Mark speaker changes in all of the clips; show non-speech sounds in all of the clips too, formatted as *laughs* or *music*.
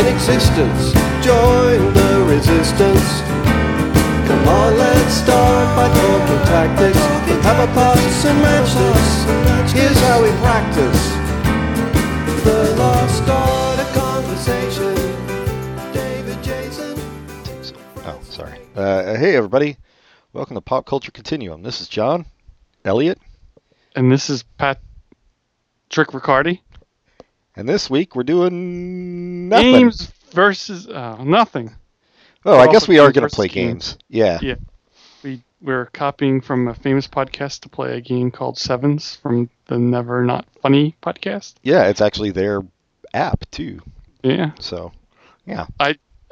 Speaker 1: existence. Join the resistance. Come on, let's start by talking tactics. Have a pass and match us. Here's how we practice. The lost art of conversation. David Jason.
Speaker 2: Oh, sorry. Uh, hey, everybody. Welcome to Pop Culture Continuum. This is John, Elliot,
Speaker 3: And this is Patrick Riccardi.
Speaker 2: and this week we're doing nothing.
Speaker 3: Games versus uh, nothing.
Speaker 2: oh, I
Speaker 3: We're
Speaker 2: guess
Speaker 3: also
Speaker 2: we are
Speaker 3: games
Speaker 2: going to
Speaker 3: versus
Speaker 2: play
Speaker 3: games.
Speaker 2: games. Yeah.
Speaker 3: Yeah. We we're copying from a famous podcast to play a game called Sevens from the Never Not Funny podcast.
Speaker 2: Yeah, it's actually their app, too.
Speaker 3: Yeah.
Speaker 2: So,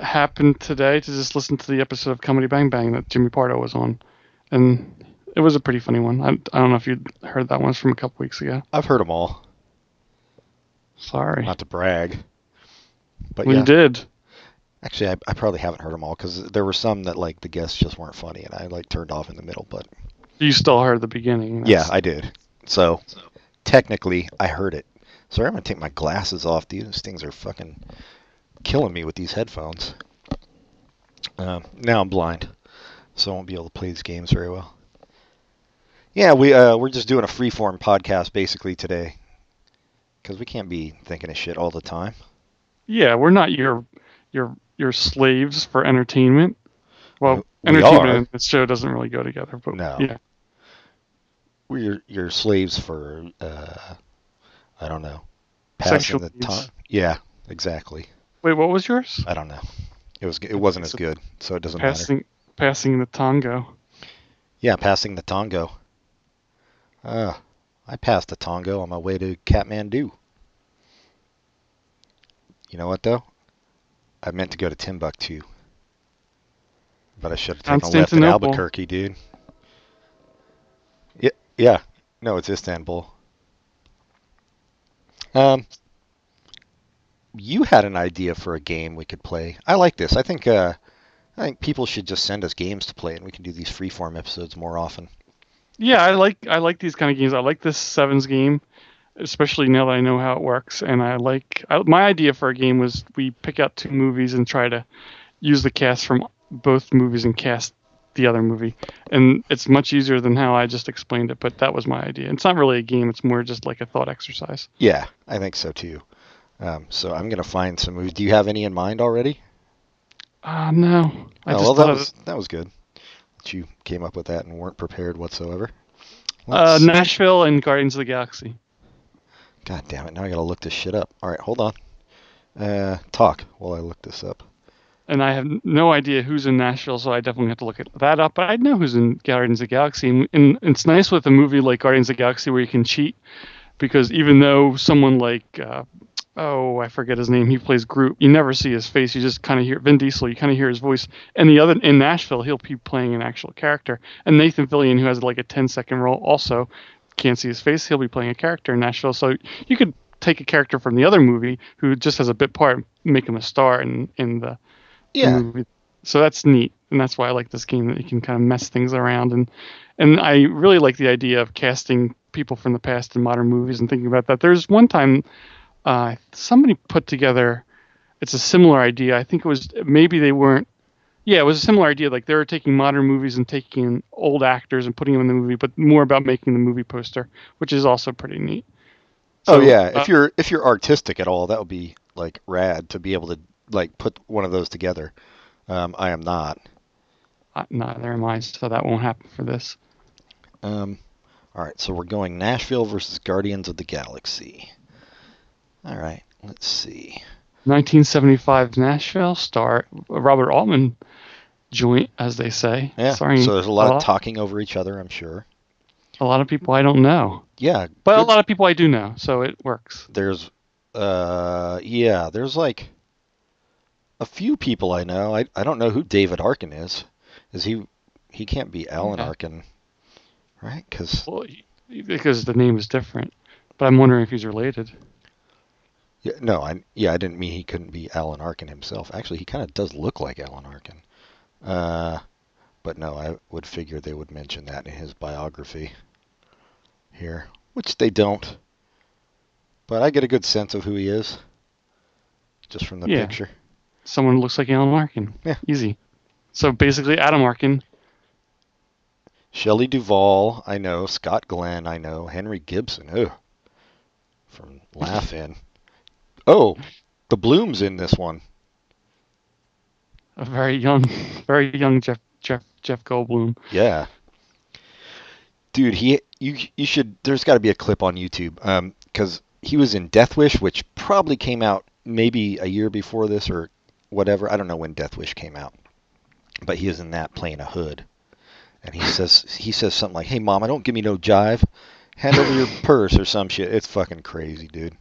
Speaker 3: Happened today to just listen to the episode of Comedy Bang Bang that Jimmy Pardo was on, and it was a pretty funny one. I, I don't know if you heard that one it's from a couple weeks ago.
Speaker 2: I've heard them all.
Speaker 3: Sorry.
Speaker 2: Not to brag. But
Speaker 3: we
Speaker 2: yeah.
Speaker 3: did.
Speaker 2: Actually, I, I probably haven't heard them all because there were some that, like, the guests just weren't funny and I, like, turned off in the middle. But
Speaker 3: You still heard the beginning.
Speaker 2: yeah,
Speaker 3: That's-
Speaker 2: I did. So, technically, I heard it. Sorry, I'm going to take my glasses off, dude. These things are fucking killing me with these headphones. Um, now I'm blind, so I won't be able to play these games very well. Yeah, we uh, we're just doing a freeform podcast basically today, because we can't be thinking of shit all the time.
Speaker 3: Yeah, we're not your your your slaves for entertainment. Well,
Speaker 2: We
Speaker 3: entertainment
Speaker 2: are.
Speaker 3: and this show doesn't really go together, but
Speaker 2: No.
Speaker 3: yeah,
Speaker 2: We're your, your slaves for uh, I don't know, passing
Speaker 3: Sexual
Speaker 2: the
Speaker 3: abuse.
Speaker 2: time. Yeah, exactly.
Speaker 3: Wait, what was yours?
Speaker 2: I don't know. It was it wasn't as
Speaker 3: It's a-
Speaker 2: good, so it doesn't matter.
Speaker 3: Passing passing the tango.
Speaker 2: Yeah, passing the Tongo. Uh, I passed the Tongo on my way to Kathmandu. You know what though? I meant to go to Timbuktu, but I should have taken a left in
Speaker 3: Constantinople.
Speaker 2: Albuquerque, dude. Yeah, yeah. No, it's Istanbul. Um, you had an idea for a game we could play. I like this. I think uh, I think people should just send us games to play, and we can do these freeform episodes more often.
Speaker 3: Yeah, I like I like these kind of games. I like this sevens game, especially now that I know how it works. And I like I, my idea for a game was we pick out two movies and try to use the cast from both movies and cast the other movie. And it's much easier than how I just explained it. But that was my idea. It's not really a game. It's more just like a thought exercise.
Speaker 2: Yeah, I think so too. Um, so I'm gonna find some movies. Do you have any in mind already?
Speaker 3: Ah, no. I
Speaker 2: oh,
Speaker 3: just
Speaker 2: well,
Speaker 3: thought
Speaker 2: that
Speaker 3: of-
Speaker 2: was that was good. That you came up with that and weren't prepared whatsoever.
Speaker 3: uh,
Speaker 2: Let's-
Speaker 3: Nashville and Guardians of the Galaxy.
Speaker 2: God damn it! Now I gotta look this shit up. All right, hold on. Uh, talk while I look this up.
Speaker 3: And I have no idea who's in Nashville, so I definitely have to look at that up. But I know who's in Guardians of the Galaxy, and, and it's nice with a movie like Guardians of the Galaxy where you can cheat, because even though someone like, uh, oh, I forget his name, he plays Groot, you never see his face. You just kind of hear Vin Diesel, you kind of hear his voice. And the other in Nashville, he'll be playing an actual character. And Nathan Fillion, who has like a 10 second role, also can't see his face. He'll be playing a character in Nashville, so you could take a character from the other movie who just has a bit part, make him a star in in the
Speaker 2: Yeah,
Speaker 3: movie. So that's neat, and that's why I like this game that you can kind of mess things around and and I really like the idea of casting people from the past in modern movies and thinking about that. There's one time uh, somebody put together it's a similar idea. I think it was maybe they weren't. Yeah, it was a similar idea. Like they were taking modern movies and taking old actors and putting them in the movie, but more about making the movie poster, which is also pretty neat.
Speaker 2: oh yeah.
Speaker 3: uh,
Speaker 2: if you're if you're artistic at all, that would be like rad to be able to like put one of those together. Um, I am not.
Speaker 3: Uh, neither am I, so that won't happen for this.
Speaker 2: Um, all right, so we're going Nashville versus Guardians of the Galaxy. All right, let's see.
Speaker 3: 1975 Nashville star uh, Robert Altman joint, as they say.
Speaker 2: Yeah,
Speaker 3: Sorry,
Speaker 2: so there's a lot
Speaker 3: a
Speaker 2: of talking over each other, I'm sure.
Speaker 3: a lot of people I don't know,
Speaker 2: Yeah,
Speaker 3: but a
Speaker 2: good-
Speaker 3: lot of people I do know, so it works.
Speaker 2: there's, uh, yeah, there's like a few people I know. I I don't know who David Arkin is. Is he? He can't be Alan
Speaker 3: Yeah.
Speaker 2: Arkin, right? Because
Speaker 3: Well, y- because the name is different, but I'm wondering if he's related.
Speaker 2: Yeah, no, I yeah, I didn't mean he couldn't be Alan Arkin himself. Actually, he kind of does look like Alan Arkin. Uh, but no, I would figure they would mention that in his biography here, which they don't. But I get a good sense of who he is just from the
Speaker 3: Yeah.
Speaker 2: picture.
Speaker 3: someone who looks like Alan Arkin.
Speaker 2: Yeah.
Speaker 3: Easy. So basically, Adam Arkin.
Speaker 2: Shelley Duvall, I know. Scott Glenn, I know. Henry Gibson, oh, from Laugh-In. Oh, the Bloom's in this one.
Speaker 3: a
Speaker 2: *laughs*
Speaker 3: very young, very young Jeff Jeff Jeff Goldblum.
Speaker 2: Yeah. Dude, he you you should there's got to be a clip on YouTube um cuz he was in Death Wish which probably came out maybe a year before this or whatever. I don't know when Death Wish came out. But he was in that playing a hood. And he says *laughs* he says something like, "Hey mom, I don't give me no jive. Hand over your purse or some shit." It's fucking crazy, dude.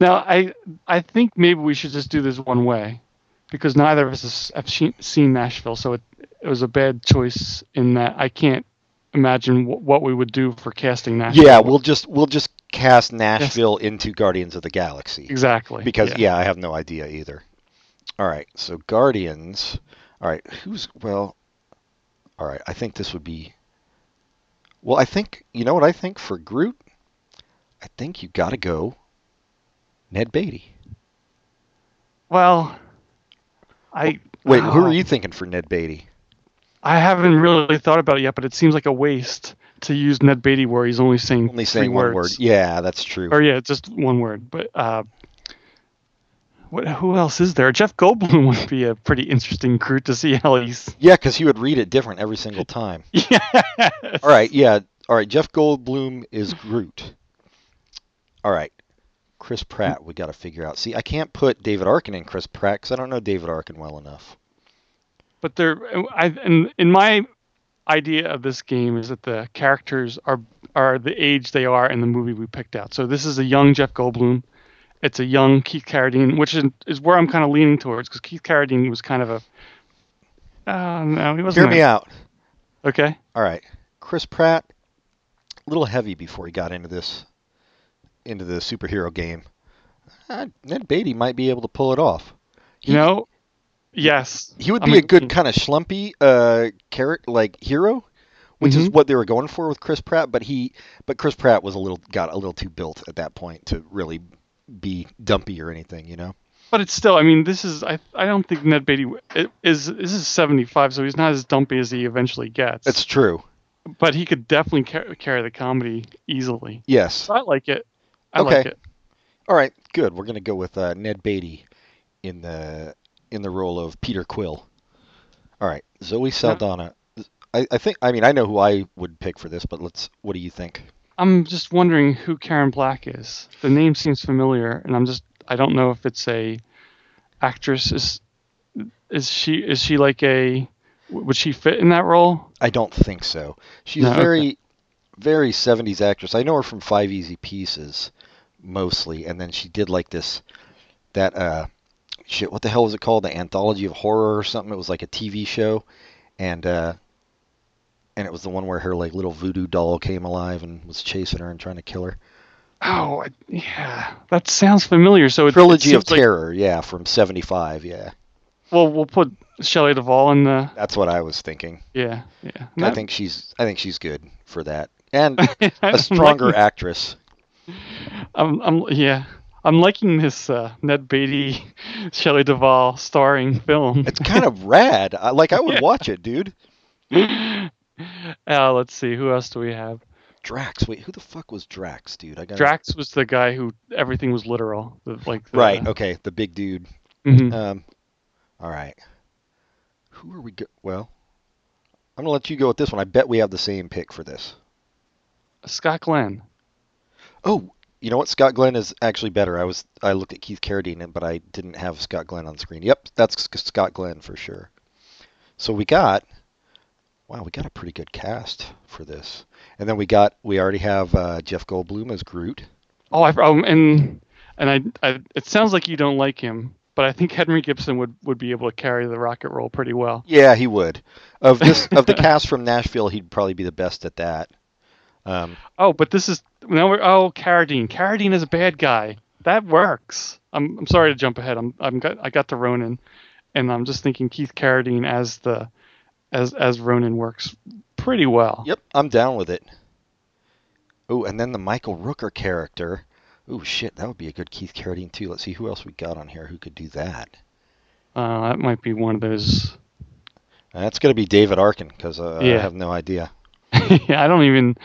Speaker 3: Now, I I think maybe we should just do this one way, because neither of us has, have she, seen Nashville, so it it was a bad choice in that I can't imagine wh- what we would do for casting Nashville.
Speaker 2: Yeah, we'll just we'll just cast Nashville into Guardians of the Galaxy. *laughs*
Speaker 3: exactly
Speaker 2: Because yeah. I have no idea either. All right, so Guardians. All right, who's well? All right, I think this would be. Well, I think you know what I think for Groot. I think you got to go. Ned Beatty.
Speaker 3: Well, I
Speaker 2: Wait, who
Speaker 3: wow.
Speaker 2: are you thinking for Ned Beatty?
Speaker 3: I haven't really thought about it yet, but it seems like a waste to use Ned Beatty where he's only saying
Speaker 2: Only
Speaker 3: three
Speaker 2: saying one
Speaker 3: words.
Speaker 2: word. Yeah, that's true.
Speaker 3: or yeah, just one word. But uh, what? Who else is there? Jeff Goldblum *laughs* would be a pretty interesting group to see how he's. *laughs*
Speaker 2: Yeah, because he would read it different every single time.
Speaker 3: Yeah.
Speaker 2: All right, yeah. All right, Jeff Goldblum is Groot. All right, Chris Pratt, we got to figure out. See, I can't put David Arkin in Chris Pratt because I don't know David Arkin well enough.
Speaker 3: But there, I in, in my idea of this game is that the characters are are the age they are in the movie we picked out. So this is a young Jeff Goldblum. It's a young Keith Carradine, which is, is where I'm kind of leaning towards because Keith Carradine was kind of a. Uh, no, he
Speaker 2: Hear
Speaker 3: wasn't.
Speaker 2: me
Speaker 3: a-
Speaker 2: out.
Speaker 3: Okay.
Speaker 2: All right, Chris Pratt, a little heavy before he got into this, into the superhero game. Uh, Ned Beatty might be able to pull it off.
Speaker 3: You know. Yes.
Speaker 2: He would
Speaker 3: I'm
Speaker 2: be a good
Speaker 3: agree-
Speaker 2: kind of schlumpy uh character, like hero, which is
Speaker 3: Mhm.
Speaker 2: what they were going for with Chris Pratt. But he, but Chris Pratt was a little got a little too built at that point to really be dumpy or anything, you know.
Speaker 3: But it's still, I mean, this is, I, I don't think Ned Beatty w- i- is, this is 75, so he's not as dumpy as he eventually gets.
Speaker 2: That's true.
Speaker 3: but he could definitely car- carry the comedy easily.
Speaker 2: Yes.
Speaker 3: So I like it. I like
Speaker 2: Okay.
Speaker 3: it.
Speaker 2: All right. Good. We're gonna go with uh, Ned Beatty in the in the role of Peter Quill. All right. Zoe Saldana. I, I think. I mean, I know who I would pick for this, but let's. What do you think?
Speaker 3: I'm just wondering who Karen Black is. The name seems familiar, and I'm just, I don't know if it's a actress. Is, is she, is she like a, w- would she fit in that role?
Speaker 2: I don't think so. She's
Speaker 3: No, okay.
Speaker 2: very, very 70s actress. I know her from Five Easy Pieces, mostly, and then she did like this, that uh, shit. What the hell was it called? The Anthology of Horror or something. It was like a TV show, and uh, and it was the one where her like little voodoo doll came alive and was chasing her and trying to kill her.
Speaker 3: Oh, I, yeah. That sounds familiar. So it, it
Speaker 2: Trilogy of
Speaker 3: seems like-
Speaker 2: Terror, yeah, from '75, yeah.
Speaker 3: well, we'll put Shelley Duvall in the,
Speaker 2: That's what I was thinking.
Speaker 3: yeah, yeah.
Speaker 2: I
Speaker 3: Not-
Speaker 2: think she's, I think she's good for that, and
Speaker 3: *laughs* I'm
Speaker 2: a stronger
Speaker 3: liking-
Speaker 2: actress.
Speaker 3: I'm, I'm, yeah, I'm liking this uh, Ned Beatty, *laughs* Shelley Duvall starring film.
Speaker 2: It's kind of rad. I, like I would watch it, dude.
Speaker 3: *laughs* Uh, let's see, who else do we have?
Speaker 2: Drax. Wait, who the fuck was Drax, dude? I got
Speaker 3: Drax was the guy who everything was literal, the- like the,
Speaker 2: Right. Okay, the big dude.
Speaker 3: mhm.
Speaker 2: Um, all right. Who are we? Go- well, I'm gonna let you go with this one. I bet we have the same pick for this.
Speaker 3: Scott Glenn.
Speaker 2: Oh, you know what? Scott Glenn is actually better. I was I looked at Keith Carradine, but I didn't have Scott Glenn on screen. Yep, that's Sc- Scott Glenn for sure. So we got wow, we got a pretty good cast for this. And then we got we already have uh, Jeff Goldblum as Groot.
Speaker 3: Oh, I, oh and and I, I, it sounds like you don't like him, but I think Henry Gibson would would be able to carry the rocket roll pretty well.
Speaker 2: Yeah, he would. Of
Speaker 3: *laughs*
Speaker 2: this of the cast from Nashville, he'd probably be the best at that. Um,
Speaker 3: Oh, but this is now we're oh Carradine. Carradine is a bad guy. That works. I'm I'm sorry to jump ahead. I'm I'm got I got the Ronin, and I'm just thinking Keith Carradine as the as as Ronin works pretty well.
Speaker 2: yep, I'm down with it. Oh, and then the Michael Rooker character Ooh, shit, that would be a good Keith Carradine too. Let's see who else we got on here who could do that.
Speaker 3: Uh, that might be one of those. *laughs*
Speaker 2: That's gonna be David Arkin because uh, I
Speaker 3: Yeah.
Speaker 2: have no idea.
Speaker 3: yeah, I don't even.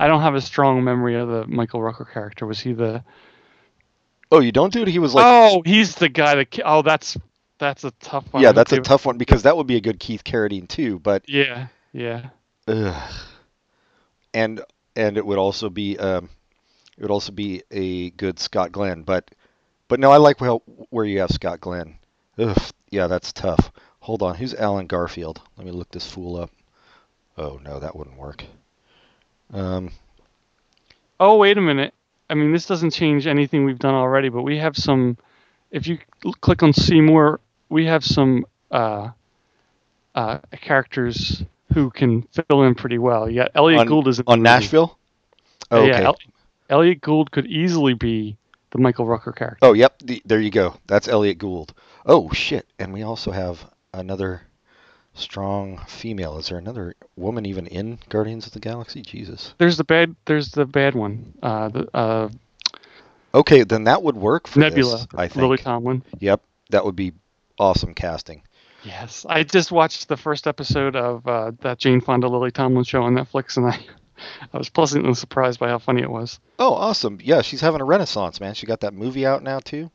Speaker 3: I don't have a strong memory of the Michael Rucker character. Was he the?
Speaker 2: Oh, you don't, dude. He was like,
Speaker 3: oh, he's the guy that. ki- Oh, that's that's a tough one.
Speaker 2: yeah, that's a
Speaker 3: David-
Speaker 2: tough one because that would be a good Keith Carradine too. But
Speaker 3: Yeah, yeah.
Speaker 2: ugh. and and it would also be um, it would also be a good Scott Glenn. But but no, I like where where you have Scott Glenn. Ugh, yeah, that's tough. Hold on, who's Alan Garfield? Let me look this fool up. Oh no, that wouldn't work. Um,
Speaker 3: Oh, wait a minute. I mean, this doesn't change anything we've done already, but we have some. If you cl- click on see more, we have some uh, uh, characters who can fill in pretty well. You got Elliot
Speaker 2: on,
Speaker 3: Gould is in the
Speaker 2: on
Speaker 3: movie.
Speaker 2: Nashville. Oh,
Speaker 3: Yeah,
Speaker 2: okay.
Speaker 3: El- Elliot Gould could easily be the Michael Rucker character.
Speaker 2: Oh, yep. The, there you go. That's Elliot Gould. Oh, shit. And we also have another strong female. Is there another woman even in Guardians of the Galaxy? Jesus.
Speaker 3: There's the bad. There's the bad one. Uh, the, uh,
Speaker 2: Okay, then that would work for
Speaker 3: Nebula.
Speaker 2: this, I think.
Speaker 3: Lily Tomlin.
Speaker 2: Yep. That would be awesome casting.
Speaker 3: Yes, I just watched the first episode of uh, that Jane Fonda Lily Tomlin show on Netflix, and I, *laughs* I was pleasantly surprised by how funny it was.
Speaker 2: Oh, awesome. Yeah, she's having a renaissance, man. She got that movie out now, too.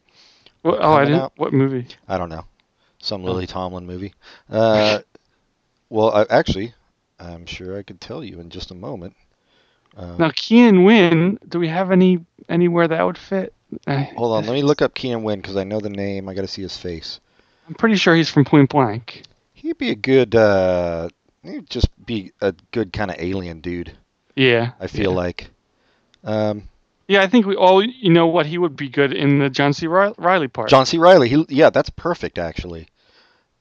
Speaker 3: Well, oh, I
Speaker 2: coming
Speaker 3: didn't.
Speaker 2: out?
Speaker 3: What movie?
Speaker 2: I don't know. Some Lily Tomlin movie. Uh, well, I, actually, I'm sure I could tell you in just a moment.
Speaker 3: Now, Kean Wynn. Do we have any anywhere that would fit? I-
Speaker 2: Hold on. Let me look up Keenan Wynn because I know the name. I got to see his face.
Speaker 3: I'm pretty sure he's from Point Blank.
Speaker 2: He'd be a good, uh, he'd just be a good kind of alien dude.
Speaker 3: Yeah,
Speaker 2: I feel like. Um,
Speaker 3: yeah. I think we all. You know what? He would be good in the John C. Ri- Riley part.
Speaker 2: John C. Riley. He, yeah, that's perfect actually.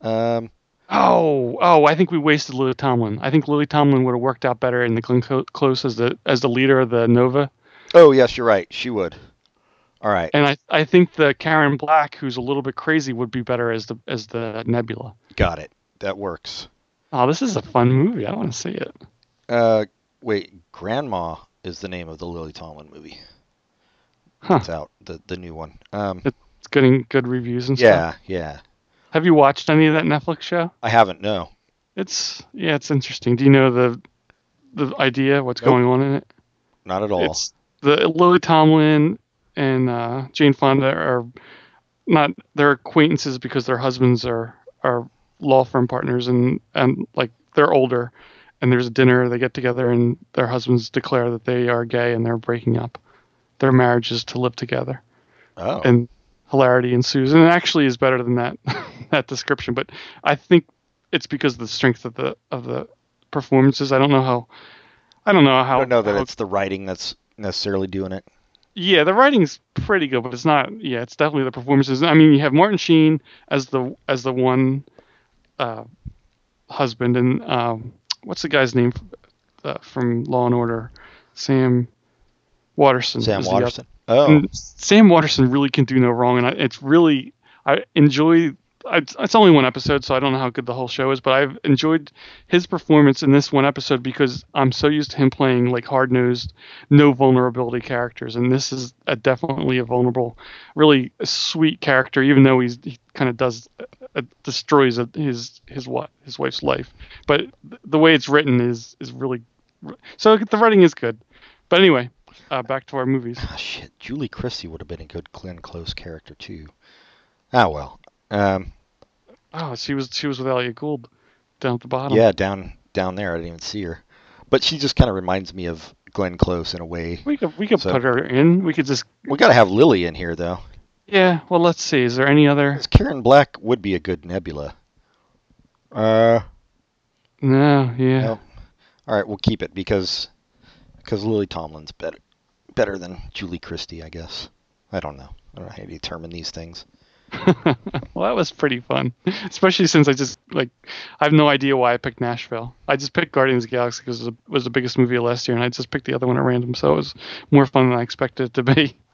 Speaker 2: Um,
Speaker 3: Oh, oh. I think we wasted Lily Tomlin. I think Lily Tomlin would have worked out better in the Glenn Clo- Close as the as the leader of the Nova.
Speaker 2: oh yes, you're right. She would. All right.
Speaker 3: and I, I think the Karen Black, who's a little bit crazy, would be better as the as the Nebula.
Speaker 2: Got it. That works.
Speaker 3: Oh, this is a fun movie. I want to see it.
Speaker 2: Uh, wait, Grandma is the name of the Lily Tomlin movie.
Speaker 3: Huh.
Speaker 2: It's out the the new one. Um,
Speaker 3: It's getting good reviews and stuff.
Speaker 2: yeah, yeah.
Speaker 3: Have you watched any of that Netflix show?
Speaker 2: I haven't. No.
Speaker 3: It's yeah, it's interesting. Do you know the the idea what's going on in it?
Speaker 2: Not at all.
Speaker 3: It's the Lily Tomlin and uh, Jane Fonda are not they're acquaintances because their husbands are are law firm partners and and like they're older and there's a dinner they get together and their husbands declare that they are gay and they're breaking up their marriages to live together
Speaker 2: Oh.
Speaker 3: and hilarity ensues and it actually is better than that *laughs* that description but i think it's because of the strength of the of the performances i don't know how i don't know how
Speaker 2: I don't know that
Speaker 3: how
Speaker 2: it's the writing that's necessarily doing it.
Speaker 3: yeah, the writing's pretty good, but it's not. Yeah, it's definitely the performances. I mean, you have Martin Sheen as the as the one uh, husband, and um, what's the guy's name uh, from Law and Order? Sam Waterson.
Speaker 2: Sam
Speaker 3: is the
Speaker 2: Waterston.
Speaker 3: other-
Speaker 2: Oh.
Speaker 3: and Sam Waterson really can do no wrong, and I, it's really I enjoy. I, it's only one episode, so I don't know how good the whole show is, but I've enjoyed his performance in this one episode because I'm so used to him playing like hard nosed, no vulnerability characters, and this is a, definitely a vulnerable, really sweet character, even though he's he kind of does uh, destroys a, his his what his wife's life, but th- the way it's written is is really so the writing is good, but anyway, uh, back to our movies.
Speaker 2: Ah, shit. Julie Christie would have been a good Glenn Close character too. Ah well. Um,
Speaker 3: Oh, she was she was with Elliot Gould down at the bottom.
Speaker 2: yeah, down down there, I didn't even see her, but she just kind of reminds me of Glenn Close in a way.
Speaker 3: We could we could
Speaker 2: So-
Speaker 3: put her in. We could just
Speaker 2: We gotta have Lily in here though.
Speaker 3: yeah. Well, let's see. Is there any other?
Speaker 2: 'Cause Karen Black would be a good Nebula. Uh,
Speaker 3: No. Yeah.
Speaker 2: No. all right, we'll keep it because because Lily Tomlin's better better than Julie Christie, I guess. I don't know. I don't know how to determine these things.
Speaker 3: Well, that was pretty fun, *laughs* especially since I just like I have no idea why I picked Nashville. I just picked Guardians of the Galaxy because it was the- was the biggest movie of last year, and I just picked the other one at random, so it was more fun than I expected it to be. *laughs*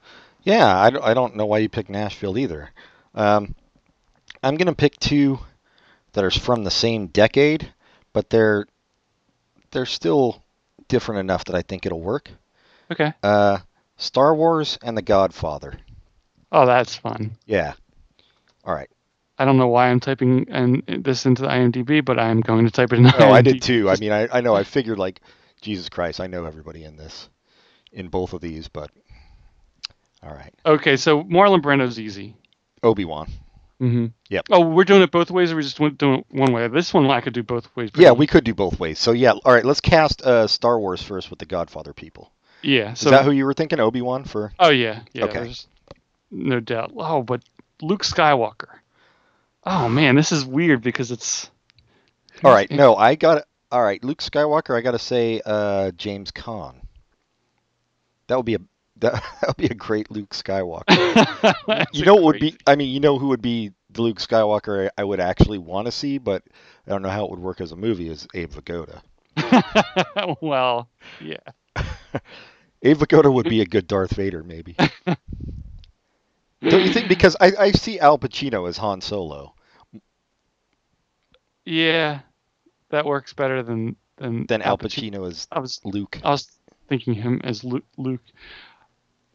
Speaker 2: Yeah, I, don't- I don't know why you picked Nashville either. Um, I'm gonna pick two that are from the same decade, but they're they're still different enough that I think it'll work.
Speaker 3: Okay.
Speaker 2: Uh, Star Wars and The Godfather.
Speaker 3: Oh, that's fun.
Speaker 2: Yeah. All right.
Speaker 3: I don't know why I'm typing and this into the IMDb, but I'm going to type it in.
Speaker 2: Oh, I did too. I mean, I, I know. I figured like, Jesus Christ, I know everybody in this, in both of these, but all right.
Speaker 3: Okay, so Marlon Brando's easy.
Speaker 2: Obi Wan.
Speaker 3: Mm-hmm.
Speaker 2: Yep.
Speaker 3: Oh, we're doing it both ways, or we just went- doing it one way. This one I could do both ways. pretty
Speaker 2: Yeah,
Speaker 3: much.
Speaker 2: we could do both ways. So yeah, all right. Let's cast uh, Star Wars first with the Godfather people.
Speaker 3: yeah.
Speaker 2: Is
Speaker 3: So
Speaker 2: that who you were thinking, Obi Wan? For
Speaker 3: Oh yeah, yeah.
Speaker 2: Okay.
Speaker 3: there's No doubt. Oh, but Luke Skywalker. Oh man, this is weird because it's.
Speaker 2: all
Speaker 3: *laughs*
Speaker 2: right. No, I got. All right, Luke Skywalker. I gotta say, uh, James Caan. That would be a *laughs* that would be a great Luke Skywalker. you know what would be? I mean, you know who would be the Luke Skywalker I, I would actually want to see, but I don't know how it would work as a movie. Is Abe Vigoda?
Speaker 3: be? *laughs* well, yeah.
Speaker 2: Abe Vigoda would be a good Darth Vader, *laughs* maybe. Don't you think? Because I, I see Al Pacino as Han Solo.
Speaker 3: Yeah, that works better than than
Speaker 2: Then Al Pacino is
Speaker 3: I was
Speaker 2: Luke.
Speaker 3: I was thinking him as Luke. Luke.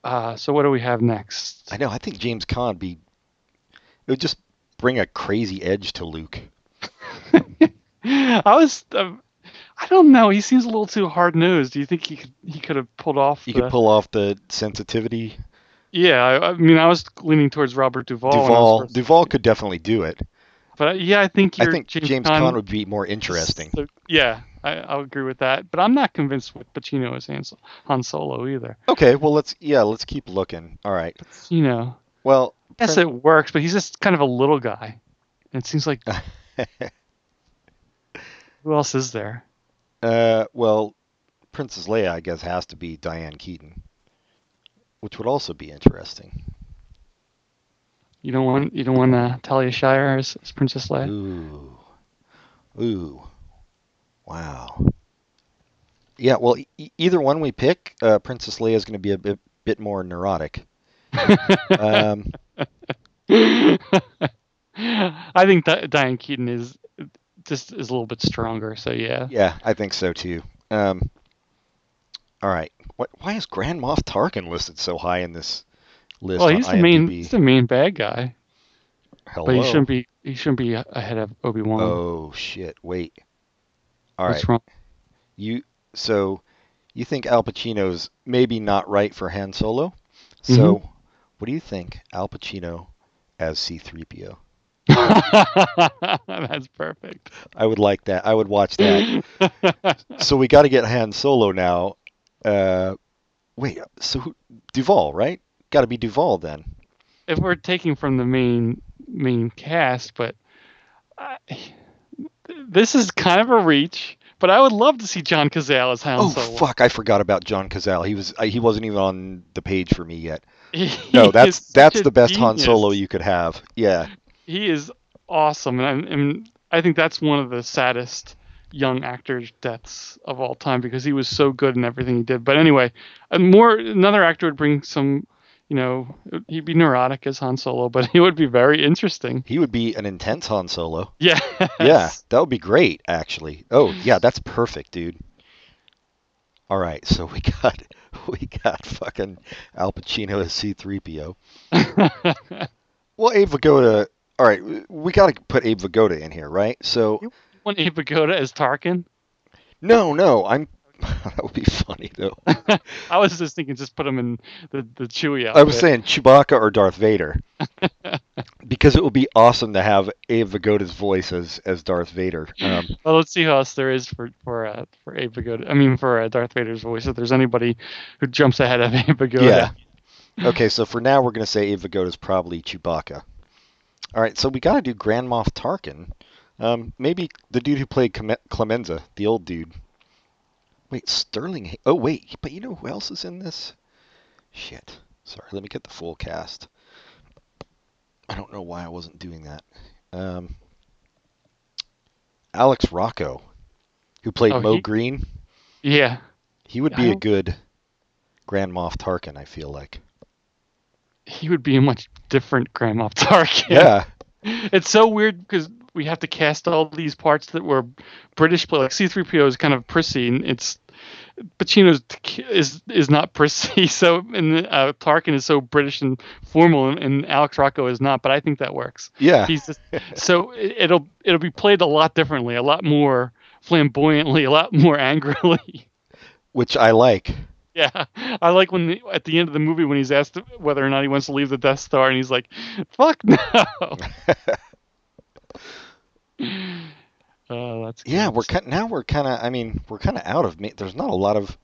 Speaker 3: Uh, so what do we have next?
Speaker 2: I know. I think James Caan be. It would just bring a crazy edge to Luke.
Speaker 3: *laughs* I, was. um I don't know. He seems a little too hard nosed. Do you think he could he could have pulled off?
Speaker 2: You
Speaker 3: the,
Speaker 2: could pull off the sensitivity.
Speaker 3: Yeah, I, I mean, I was leaning towards Robert Duvall. when I was
Speaker 2: Duvall.
Speaker 3: first-
Speaker 2: Duvall could definitely do it.
Speaker 3: But uh, yeah, I think
Speaker 2: I
Speaker 3: you're
Speaker 2: think James,
Speaker 3: Caan
Speaker 2: Caan
Speaker 3: is
Speaker 2: would be more interesting.
Speaker 3: the- yeah, I, I'll agree with that. But I'm not convinced with Pacino as Han, Sol- Han Solo either.
Speaker 2: Okay. Well, let's yeah, let's keep looking. All right.
Speaker 3: You know,
Speaker 2: Well, *laughs*
Speaker 3: I guess it works, but he's just kind of a little guy. And it seems like who else is there?
Speaker 2: Uh, well, Princess Leia, I guess, has to be Diane Keaton, which would also be interesting.
Speaker 3: You don't want you don't want uh, Talia Shire as, as Princess Leia.
Speaker 2: Ooh, ooh, wow. Yeah, well, e- e- either one we pick, uh, Princess Leia is going to be a bit, bit more
Speaker 3: *laughs*
Speaker 2: neurotic. um,
Speaker 3: I think Di- Diane Keaton is just is a little bit stronger. So yeah,
Speaker 2: yeah, I think so too. Um, all right, what, why is Grand Moff Tarkin listed so high in this list?
Speaker 3: well
Speaker 2: on
Speaker 3: he's the main
Speaker 2: IMDb?
Speaker 3: he's the main bad guy,
Speaker 2: Hello.
Speaker 3: but he shouldn't be he shouldn't be ahead of Obi Wan.
Speaker 2: Oh shit! Wait. All right.
Speaker 3: What's wrong?
Speaker 2: You so you think Al Pacino's maybe not right for Han Solo? So
Speaker 3: Mm-hmm.
Speaker 2: what do you think Al Pacino as C3PO?
Speaker 3: *laughs* That's perfect.
Speaker 2: I would like that. I would watch
Speaker 3: *laughs*
Speaker 2: that. so we got to get Han Solo now. Uh wait, so who, Duvall, right? Got to be Duvall then.
Speaker 3: If we're taking from the main main cast, but I, this is kind of a reach. But I would love to see John Cazale as Han
Speaker 2: Oh
Speaker 3: Solo.
Speaker 2: fuck, I forgot about John Cazale. He was I- he wasn't even on the page for me yet.
Speaker 3: *laughs* He
Speaker 2: No, that's
Speaker 3: is such
Speaker 2: that's
Speaker 3: a
Speaker 2: the best Han
Speaker 3: genius.
Speaker 2: Solo you could have. Yeah.
Speaker 3: He is awesome, and I, and I think that's one of the saddest young actors' deaths of all time because he was so good in everything he did. But anyway, a more another actor would bring some, you know, he'd be neurotic as Han Solo, but *laughs* he would be very interesting.
Speaker 2: He would be an intense Han Solo.
Speaker 3: Yeah. *laughs*
Speaker 2: Yeah, that would be great, actually. Oh, yeah, that's perfect, dude. All right, so we *laughs* got we got fucking Al Pacino as C-3PO. well, Abe Vigoda. All right, w- we got to put Abe Vigoda in here, right? So
Speaker 3: Want Abe Vigoda as Tarkin?
Speaker 2: no, no, I'm. *laughs* that would be funny though.
Speaker 3: I was just thinking, just put him in the the Chewie outfit.
Speaker 2: I was saying Chewbacca or Darth Vader, because it would be awesome to have Abe Vigoda's voice as as Darth Vader. Um,
Speaker 3: Well, let's see who else there is for for uh, for Abe Vigoda. I mean, for uh, Darth Vader's voice. If there's anybody who jumps ahead of *laughs* Abe Vigoda.
Speaker 2: Yeah. Okay, so for now we're gonna say Abe Vigoda's probably Chewbacca. All right, so we gotta do Grand Moff Tarkin. Um, maybe the dude who played Clem- Clemenza, the old dude. Wait, Sterling. Ha- Oh wait, but you know who else is in this? Shit. Sorry, let me get the full cast. I don't know why I wasn't doing that. Um, Alex Rocco, who played
Speaker 3: Oh,
Speaker 2: Mo
Speaker 3: he-
Speaker 2: Green,
Speaker 3: Yeah.
Speaker 2: he would
Speaker 3: I
Speaker 2: be a
Speaker 3: don't-
Speaker 2: good Grand Moff Tarkin. I feel like.
Speaker 3: He would be a much different Grand
Speaker 2: *laughs*
Speaker 3: Moff Tarkin. *laughs*
Speaker 2: Yeah.
Speaker 3: It's so weird because we have to cast all these parts that were British play. Like C-3PO is kind of prissy, and it's Pacino's t- is is not prissy, *laughs* so and uh, Tarkin is so British and formal, and, and Alex Rocco is not. But I think that works.
Speaker 2: Yeah.
Speaker 3: He's just, so it- it'll it'll be played a lot differently, a lot more flamboyantly, a lot more *laughs* angrily.
Speaker 2: Which I like.
Speaker 3: Yeah, I like when the, at the end of the movie when he's asked whether or not he wants to leave the Death Star, and he's like, "Fuck
Speaker 2: *laughs*
Speaker 3: no." Oh, that's good.
Speaker 2: Yeah, we're kind now we're kind of. I mean, we're kind of out of. Ma- there's not a lot of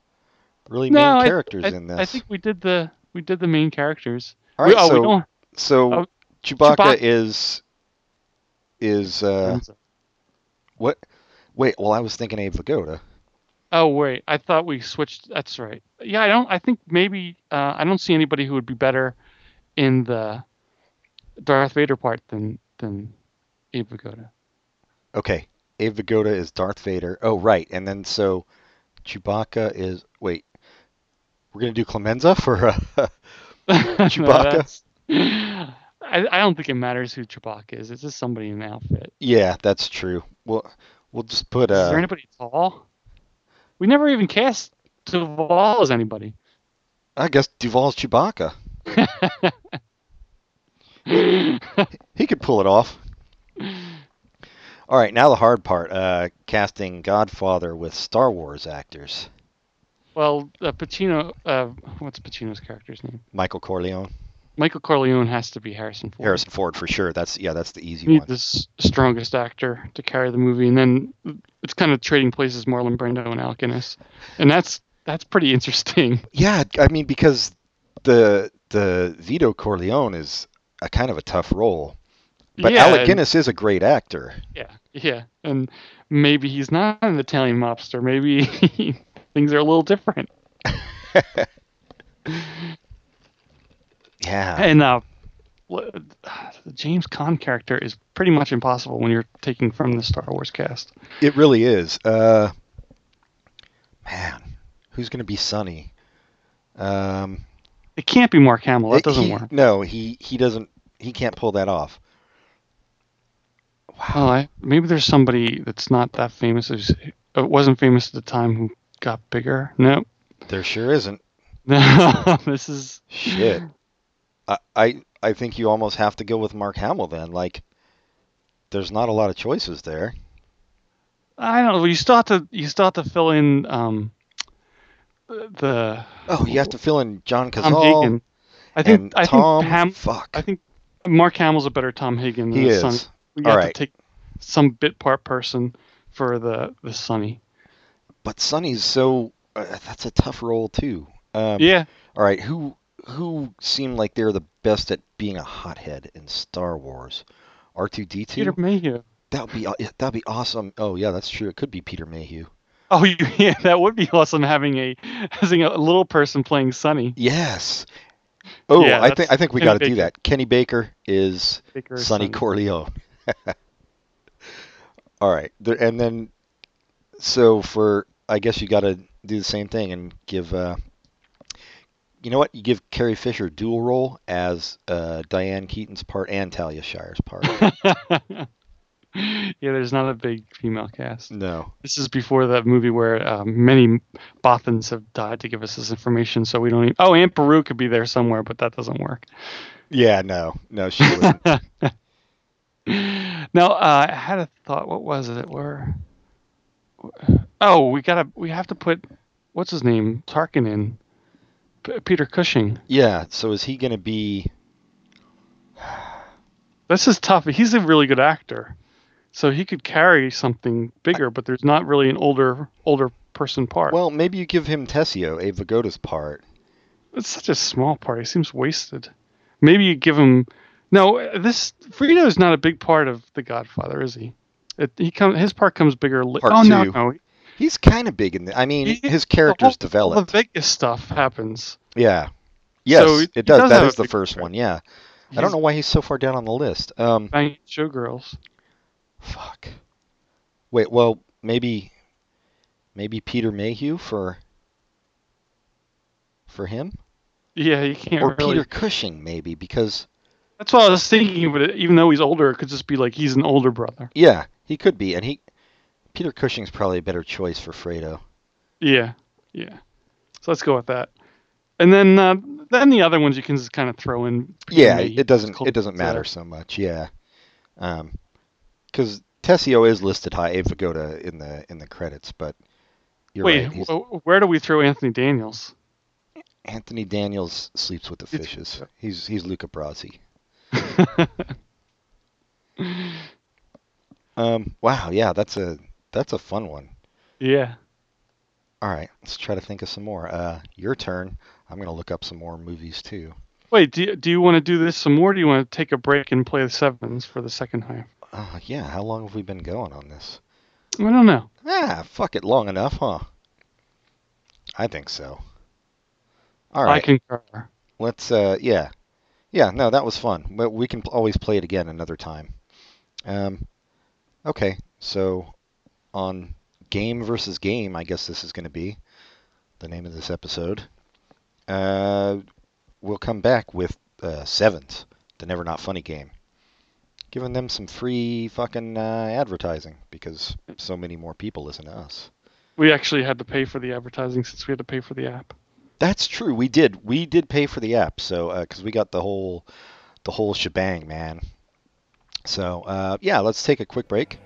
Speaker 2: really
Speaker 3: No,
Speaker 2: main
Speaker 3: I-
Speaker 2: characters
Speaker 3: I,
Speaker 2: in this.
Speaker 3: I think we did the we did the main characters.
Speaker 2: All right,
Speaker 3: we, oh,
Speaker 2: so
Speaker 3: we don't.
Speaker 2: so
Speaker 3: oh,
Speaker 2: Chewbacca,
Speaker 3: Chewbac-
Speaker 2: is is uh what? Wait, well I was thinking Abe Vigoda.
Speaker 3: oh wait, I thought we switched. That's right. Yeah, I don't. I think maybe uh, I don't see anybody who would be better in the Darth Vader part than than Abe Vigoda.
Speaker 2: Okay, Abe Vigoda is Darth Vader. Oh right, and then so Chewbacca is wait. We're gonna do Clemenza for uh, *laughs* Chewbacca?
Speaker 3: No, that's- I, I don't think it matters who Chewbacca is. It's just somebody in an outfit.
Speaker 2: yeah, that's true. We'll we'll just put
Speaker 3: is there
Speaker 2: uh
Speaker 3: anybody tall? We never even cast Duvall as anybody. *laughs*
Speaker 2: I guess Duval's Chewbacca. He could pull it off. All right, now the hard part: uh, casting Godfather with Star Wars actors.
Speaker 3: Well, uh, Pacino. Uh, what's Pacino's character's name?
Speaker 2: Michael Corleone,
Speaker 3: Michael Corleone has to be Harrison Ford.
Speaker 2: Harrison Ford for sure. That's yeah, that's the easy
Speaker 3: You need
Speaker 2: one.
Speaker 3: the s- strongest actor to carry the movie, and then it's kind of trading places Marlon Brando and Al Guinness, and that's that's pretty interesting.
Speaker 2: Yeah, I mean because the the Vito Corleone is a kind of a tough role, but
Speaker 3: yeah,
Speaker 2: Alec
Speaker 3: and-
Speaker 2: Guinness is a great actor.
Speaker 3: Yeah, yeah, and maybe he's not an Italian mobster. Maybe *laughs* things are a little different.
Speaker 2: Yeah,
Speaker 3: And uh, wha- the James Caan character is pretty much impossible when you're taking from the Star Wars cast.
Speaker 2: it really is. Uh, man, who's gonna be Sonny? Um,
Speaker 3: It can't be Mark Hamill. That
Speaker 2: Uh,
Speaker 3: doesn't
Speaker 2: he-
Speaker 3: work.
Speaker 2: No, he he doesn't. He can't pull that off.
Speaker 3: Well, I, maybe there's somebody that's not that famous. Who's, uh, wasn't famous at the time who got bigger. No, *laughs*
Speaker 2: There sure isn't.
Speaker 3: no, this is
Speaker 2: Shit. I, I I think you almost have to go with Mark Hamill then. Like, there's not a lot of choices there.
Speaker 3: I don't know. You still have to you still have to fill in um, the
Speaker 2: Oh, you have to fill in John
Speaker 3: Tom
Speaker 2: Cazal
Speaker 3: Hagen. I think
Speaker 2: and
Speaker 3: I
Speaker 2: Tom.
Speaker 3: think Ham,
Speaker 2: fuck,
Speaker 3: I think Mark Hamill's a better Tom Hagen than
Speaker 2: he is.
Speaker 3: Sonny. We
Speaker 2: All
Speaker 3: have
Speaker 2: right.
Speaker 3: to take some bit part person for the the Sonny.
Speaker 2: But Sonny's so uh, that's a tough role too. Um,
Speaker 3: Yeah,
Speaker 2: All right, who who seem like they're the best at being a hothead in Star Wars? R two D
Speaker 3: Peter
Speaker 2: two.
Speaker 3: Mayhew.
Speaker 2: That'd be aw- that'd be awesome. Oh yeah, that's true. It could be Peter Mayhew.
Speaker 3: Oh, *laughs* you, yeah, that would be awesome having a having a little person playing Sonny.
Speaker 2: Yes. Oh,
Speaker 3: Yeah,
Speaker 2: I
Speaker 3: that's
Speaker 2: think I think we
Speaker 3: Kenny
Speaker 2: got to do
Speaker 3: Baker.
Speaker 2: that. Kenny Baker is
Speaker 3: Baker or
Speaker 2: Sonny Corleone. *laughs* All right, there, and then so for I guess you got to do the same thing and give. Uh, you know what? You give Carrie Fisher dual role as uh, Diane Keaton's part and Talia Shire's
Speaker 3: *laughs*
Speaker 2: part.
Speaker 3: yeah, there's not a big female cast.
Speaker 2: no.
Speaker 3: This is before that movie where uh, many Bothans have died to give us this information, so we don't. Even, oh, Aunt Beru could be there somewhere, but that doesn't work.
Speaker 2: Yeah, no, no, she wouldn't.
Speaker 3: Now, uh, I had a thought. What was it? Where? Oh, we gotta. We have to put what's his name Tarkin in. P- Peter Cushing.
Speaker 2: *laughs* yeah. So is he gonna be?
Speaker 3: This is tough. He's a really good actor, so he could carry something bigger. But there's not really an older older person part.
Speaker 2: Well, maybe you give him Tessio, Abe Vigoda's part.
Speaker 3: It's such a small part. He seems wasted. Maybe you give him. No, this Frito is not a big part of The Godfather, is he? It, he come his part comes bigger. Li-
Speaker 2: Part
Speaker 3: oh no,
Speaker 2: two.
Speaker 3: no,
Speaker 2: He's kind of big in the. I mean,
Speaker 3: He-
Speaker 2: his character's
Speaker 3: the whole- all
Speaker 2: developed.
Speaker 3: The Vegas stuff happens.
Speaker 2: Yeah. Yes,
Speaker 3: So he- he
Speaker 2: it does.
Speaker 3: does
Speaker 2: That
Speaker 3: have
Speaker 2: is
Speaker 3: a
Speaker 2: the
Speaker 3: big
Speaker 2: first one. Yeah. I
Speaker 3: He's
Speaker 2: don't know why he's so far down on the list. Um,
Speaker 3: banging showgirls.
Speaker 2: fuck. Wait. Well, maybe, maybe Peter Mayhew for. For him,
Speaker 3: Yeah, you can't
Speaker 2: or
Speaker 3: really.
Speaker 2: Peter Cushing, maybe because
Speaker 3: That's what I was thinking. But it, even though he's older, it could just be like he's an older brother.
Speaker 2: yeah, he could be, and he, Peter Cushing's probably a better choice for Fredo.
Speaker 3: Yeah, Yeah. So let's go with that. And then uh, then the other ones you can just kind of throw in.
Speaker 2: Yeah,
Speaker 3: pretty
Speaker 2: it doesn't
Speaker 3: close
Speaker 2: it doesn't
Speaker 3: to
Speaker 2: matter
Speaker 3: that.
Speaker 2: so much. Yeah, because Tessio is listed high, Abe Vigoda in the in the credits, but you're
Speaker 3: Wait,
Speaker 2: right. he's-
Speaker 3: wh- where do we throw Anthony Daniels? *laughs*
Speaker 2: Anthony Daniels sleeps with the
Speaker 3: It's-
Speaker 2: fishes. He's he's Luca Brasi. um. Wow. Yeah. That's a that's a fun one.
Speaker 3: Yeah.
Speaker 2: All right. Let's try to think of some more. Uh, your turn. I'm gonna look up some more movies too.
Speaker 3: Wait, do you, do you want to do this some more? Or do you want to take a break and play the sevens for the second half?
Speaker 2: Uh, yeah. How long have we been going on this?
Speaker 3: I don't know.
Speaker 2: Ah, fuck it. Long enough, huh? I think so. All right.
Speaker 3: I concur.
Speaker 2: Let's. Uh. Yeah. Yeah. No, that was fun. But we can pl- always play it again another time. Um. Okay. So, on game versus game, I guess this is going to be the name of this episode. Uh, we'll come back with uh, sevens, the never not funny game, giving them some free fucking uh, advertising because so many more people listen to us.
Speaker 3: We actually had to pay for the advertising since we had to pay for the app.
Speaker 2: That's true. We did. We did pay for the app, so because we got the whole, the whole shebang, man. So uh, yeah, let's take a quick break,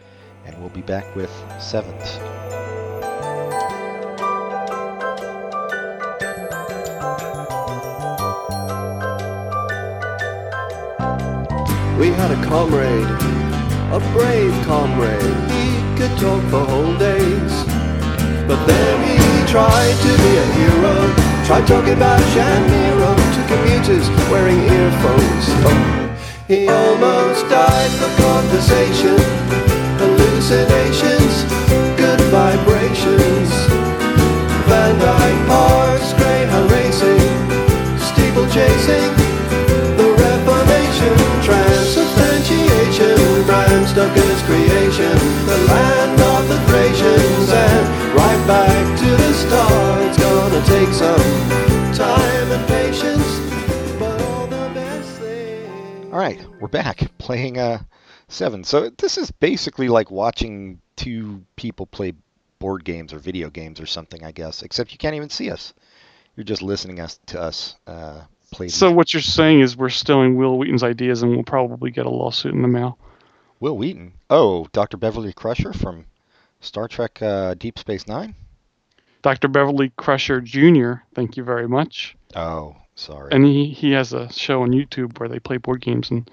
Speaker 2: and we'll be back with sevens.
Speaker 1: We had a comrade, a brave comrade. He could talk for whole days. But then he tried to be a hero. Tried talking about Shamiro to commuters wearing earphones. Oh, he almost died for conversation. Hallucinations, good vibrations. Van Dyke Parks, greyhound racing, steeple chasing. The Reformation, transubstantiation, Bram Stoker's creation, the land of the Thracians, and right back to the start. It's gonna take some time and patience, but all the best things.
Speaker 2: All right, we're back *laughs* playing uh, seven. So this is basically like watching two people play board games or video games or something, I guess. Except you can't even see us. You're just listening us to us uh, play.
Speaker 3: So
Speaker 2: these-
Speaker 3: what you're saying is we're stealing Will Wheaton's ideas and we'll probably get a lawsuit in the mail.
Speaker 2: Will Wheaton. Oh, Dr. Beverly Crusher from Star Trek uh, Deep Space Nine.
Speaker 3: Dr. Beverly Crusher Jr., thank you very much.
Speaker 2: Oh, sorry.
Speaker 3: And he, he has a show on YouTube where they play board games and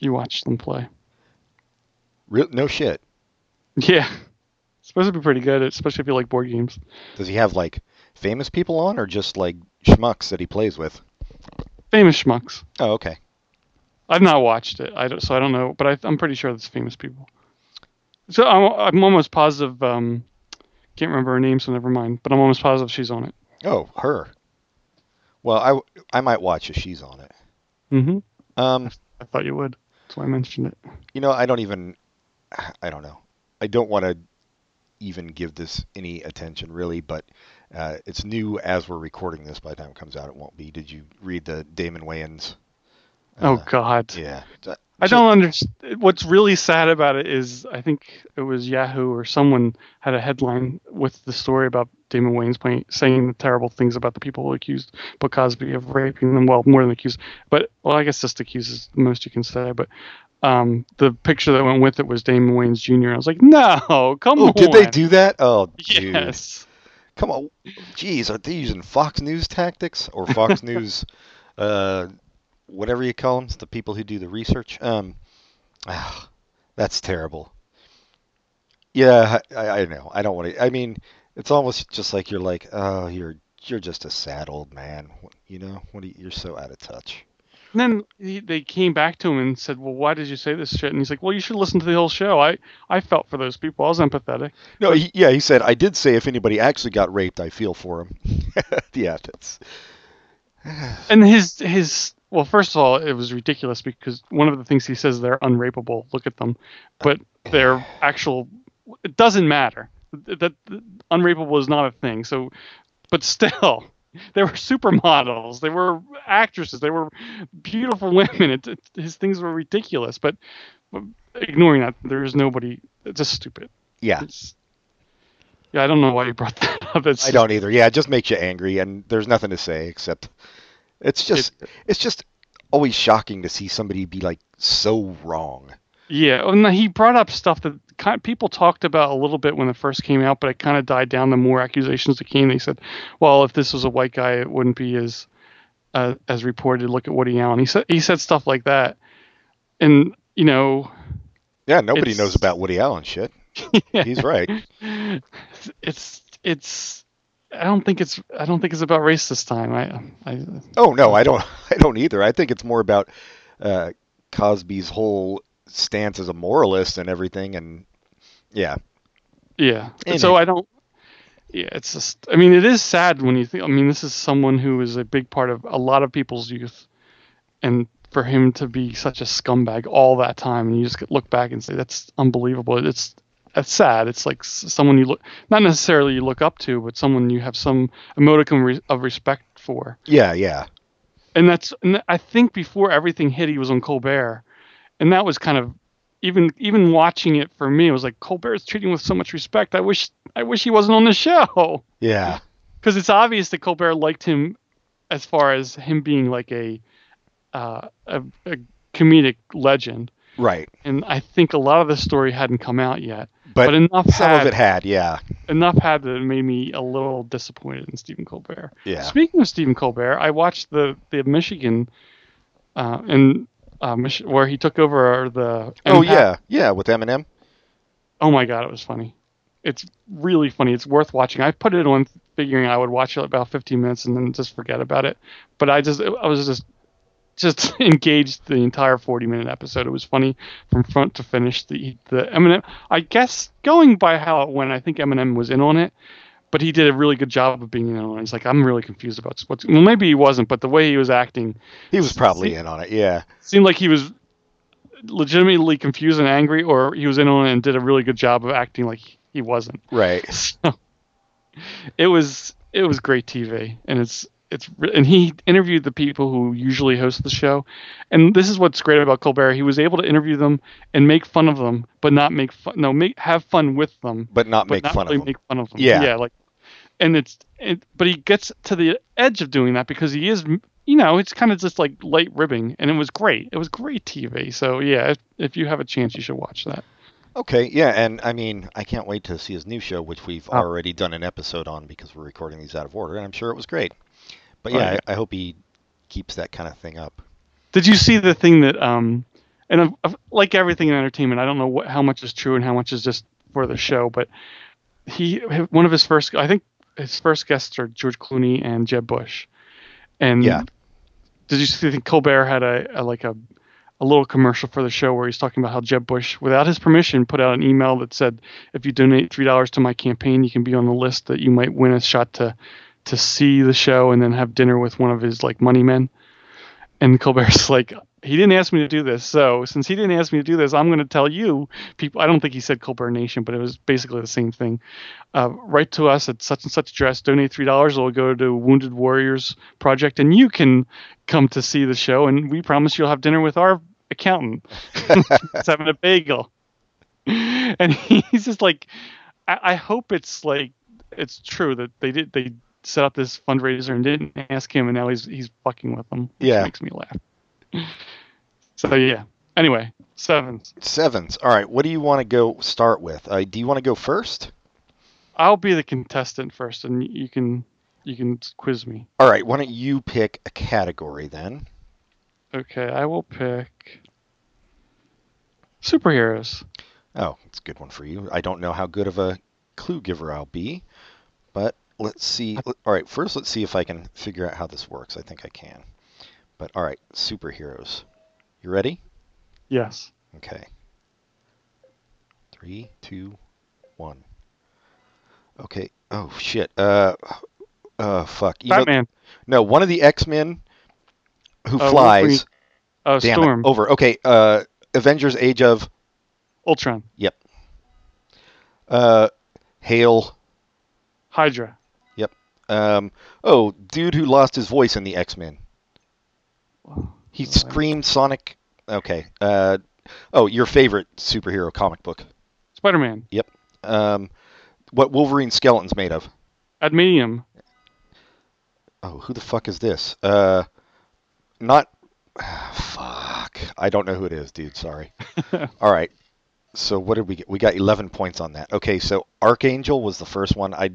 Speaker 3: you watch them play. *laughs*
Speaker 2: Real, no shit.
Speaker 3: Yeah. It's supposed to be pretty good, especially if you like board games.
Speaker 2: Does he have like famous people on, or just like schmucks that he plays with?
Speaker 3: Famous schmucks.
Speaker 2: Oh, okay.
Speaker 3: I've not watched it, I don't, so I don't know, but I, I'm pretty sure it's famous people. So I'm, I'm almost positive. Um, can't remember her name, so never mind. But I'm almost positive she's on it.
Speaker 2: Oh, her. Well, I w- I might watch if she's on it.
Speaker 3: Mm-hmm.
Speaker 2: Um,
Speaker 3: I thought you would. That's why I mentioned it.
Speaker 2: you know, I don't even. *sighs* I don't know. I don't want to even give this any attention really, but uh, it's new as we're recording this. By the time it comes out, it won't be. Did you read the Damon Wayans?
Speaker 3: oh
Speaker 2: Uh,
Speaker 3: God.
Speaker 2: yeah.
Speaker 3: I don't understand. What's really sad about it is I think it was Yahoo or someone had a headline with the story about Damon Wayans playing, saying the terrible things about the people who accused Bill Cosby of raping them. Well, more than accused, but well, I guess just accused is the most you can say. But um, the picture that went with it was Damon Wayans Jr. I was like, no, come
Speaker 2: Oh,
Speaker 3: on.
Speaker 2: did they
Speaker 3: *laughs*
Speaker 2: do that? Oh, dude.
Speaker 3: Yes.
Speaker 2: Come on, jeez, are they using Fox News tactics or *laughs* Fox News, uh, whatever you call them, the people who do the research? Um, ah, that's terrible. Yeah, I, I know. I don't want to. I mean, it's almost just like you're like, oh, you're you're just a sad old man. You know, what? Are you, you're so out of touch.
Speaker 3: And then he, they came back to him and said, "Well, why did you say this shit?" And he's like, "Well, you should listen to the whole show. I I felt for those people. I was empathetic."
Speaker 2: No, he, yeah, he said, I did say if anybody actually got raped, I feel for *laughs* him. yeah, that's
Speaker 3: And his his well, first of all, it was ridiculous because one of the things he says they're unrapeable. Look at them, but they're actual. It doesn't matter that, that unrapeable is not a thing. So, but still, *laughs* they were supermodels. They were actresses. They were beautiful women. It, it- his things were ridiculous. But, but ignoring that, there is nobody. It's just stupid.
Speaker 2: yeah.
Speaker 3: It's, yeah, I don't know why you brought that out. That's
Speaker 2: I don't either. Yeah, it just makes you angry, and there's nothing to say except it's just it's just always shocking to see somebody be like so wrong.
Speaker 3: Yeah, and he brought up stuff that kind of, people talked about a little bit when it first came out, but it kind of died down the more accusations that came. They said, "Well, if this was a white guy, it wouldn't be as uh, as reported." Look at Woody Allen. He said he said stuff like that, and you know,
Speaker 2: Yeah, nobody
Speaker 3: It's-
Speaker 2: knows about Woody Allen
Speaker 3: *laughs*
Speaker 2: shit. He's right.
Speaker 3: it's it's. I don't think it's I don't think it's about race this time. I, I
Speaker 2: Oh no, I don't. *laughs* I don't either. I think it's more about uh, Cosby's whole stance as a moralist and everything, and yeah,
Speaker 3: Yeah.
Speaker 2: In
Speaker 3: so
Speaker 2: it.
Speaker 3: I don't. Yeah, it's just. I mean, it is sad when you think. I mean, this is someone who is a big part of a lot of people's youth, and for him to be such a scumbag all that time, and you just get- look back and say that's unbelievable. It's that's sad. It's like s- someone you look not necessarily you look up to, but someone you have some emoticon re- of respect for.
Speaker 2: yeah, yeah.
Speaker 3: And that's. And I think before everything hit, he was on Colbert, and that was kind of even even watching it for me, it was like Colbert's treating him with so much respect. I wish I wish he wasn't on the show *laughs*
Speaker 2: Yeah.
Speaker 3: because it's obvious that Colbert liked him as far as him being like a uh, a, a comedic legend.
Speaker 2: Right.
Speaker 3: And I think a lot of the story hadn't come out yet,
Speaker 2: But,
Speaker 3: but, enough
Speaker 2: some
Speaker 3: had
Speaker 2: of it had, yeah.
Speaker 3: enough had that it made me a little disappointed in Stephen Colbert.
Speaker 2: Yeah.
Speaker 3: Speaking of Stephen Colbert, I watched the the Michigan uh, and. Uh, Mich- where he took over the
Speaker 2: Oh
Speaker 3: NPAC
Speaker 2: yeah, yeah. With Eminem.
Speaker 3: Oh my god, it was funny. It's really funny. It's worth watching. I put it on figuring I would watch it about 15 minutes and then just forget about it. But I just I was just just *laughs* engaged the entire 40 minute episode. It was funny from front to finish. The the Eminem. I guess going by how it went, I think Eminem was in on it, but he did a really good job of being in on it. He's like, I'm really confused about what's. Well, maybe he wasn't, but the way he was acting
Speaker 2: He was probably
Speaker 3: See-
Speaker 2: in on it. Yeah.
Speaker 3: seemed like he was legitimately confused and angry, or he was in on it and did a really good job of acting like he wasn't.
Speaker 2: Right.
Speaker 3: *laughs* So it was it was great TV, and it's it's re- and he interviewed the people who usually host the show, and this is what's great about Colbert. He was able to interview them and make fun of them, but not make fun. No, make have fun with them,
Speaker 2: But not
Speaker 3: but
Speaker 2: make
Speaker 3: not
Speaker 2: fun
Speaker 3: really
Speaker 2: of him.
Speaker 3: make fun of them.
Speaker 2: Yeah.
Speaker 3: yeah, like, and it's it, but he gets to the edge of doing that because he is, you know, it's kind of just like light ribbing, and it was great. It was great TV. So yeah, if, if you have a chance, you should watch that.
Speaker 2: Okay. Yeah. And I mean, I can't wait to see his new show, which we've already done an episode on because we're recording these out of order, and I'm sure it was great. But yeah,
Speaker 3: Right.
Speaker 2: I, I hope he keeps that kind of thing up.
Speaker 3: Did you see the thing that um, and I've, I've, like everything in entertainment, I don't know what how much is true and how much is just for the show, but he one of his first, I think his first guests are George Clooney and Jeb Bush, and
Speaker 2: Yeah.
Speaker 3: did you see think Colbert had a, a like a a little commercial for the show where he's talking about how Jeb Bush, without his permission, put out an email that said, "If you donate three dollars to my campaign, you can be on the list that you might win a shot to to see the show and then have dinner with one of his like money men." And Colbert's *laughs* like, "He didn't ask me to do this, so since he didn't ask me to do this, I'm going to tell you people. I don't think he said Colbert Nation, but it was basically the same thing. Uh, write to us at such and such address. Donate three dollars. It'll go to Wounded Warriors Project, and you can." come to see the show, and we promise you'll have dinner with our accountant. *laughs* He's having a bagel, *laughs* and he's just like, I, I hope it's like it's true that they did they set up this fundraiser and didn't ask him, and now he's he's fucking with them. which
Speaker 2: Yeah.
Speaker 3: makes me laugh. So yeah. Anyway, sevens.
Speaker 2: Sevens. All right. What do you want to go start with? Uh, do you want to go first?
Speaker 3: I'll be the contestant first, and you can you can quiz me.
Speaker 2: All right. Why don't you pick a category then?
Speaker 3: Okay, I will pick superheroes.
Speaker 2: Oh, it's a good one for you. I don't know how good of a clue giver I'll be, but let's see. All right, first let's see if I can figure out how this works. I think I can. But all right, superheroes. You ready?
Speaker 3: Yes.
Speaker 2: Okay. Three, two, one. Okay. Oh shit. Uh, uh, fuck. You know-
Speaker 3: Batman.
Speaker 2: no, one of the X Men who
Speaker 3: Uh, Wolverine.
Speaker 2: flies.
Speaker 3: Uh,
Speaker 2: Damn
Speaker 3: Storm.
Speaker 2: it. Over. Okay. Uh, Avengers: Age of.
Speaker 3: Ultron,
Speaker 2: Yep. Uh, Hale.
Speaker 3: Hydra,
Speaker 2: Yep. Um, oh, dude who lost his voice in the X Men. He screamed Sonic. Okay. Uh, oh, your favorite superhero comic book.
Speaker 3: Spider Man,
Speaker 2: Yep. Um, what Wolverine's skeleton's made of?
Speaker 3: Ad medium.
Speaker 2: Oh, who the fuck is this? Uh, not. *sighs* Fuck. I don't know who it is, dude.
Speaker 3: *laughs*
Speaker 2: Sorry. All right. So what did we get? We got 11 points on that. Okay, so Archangel was the first one. I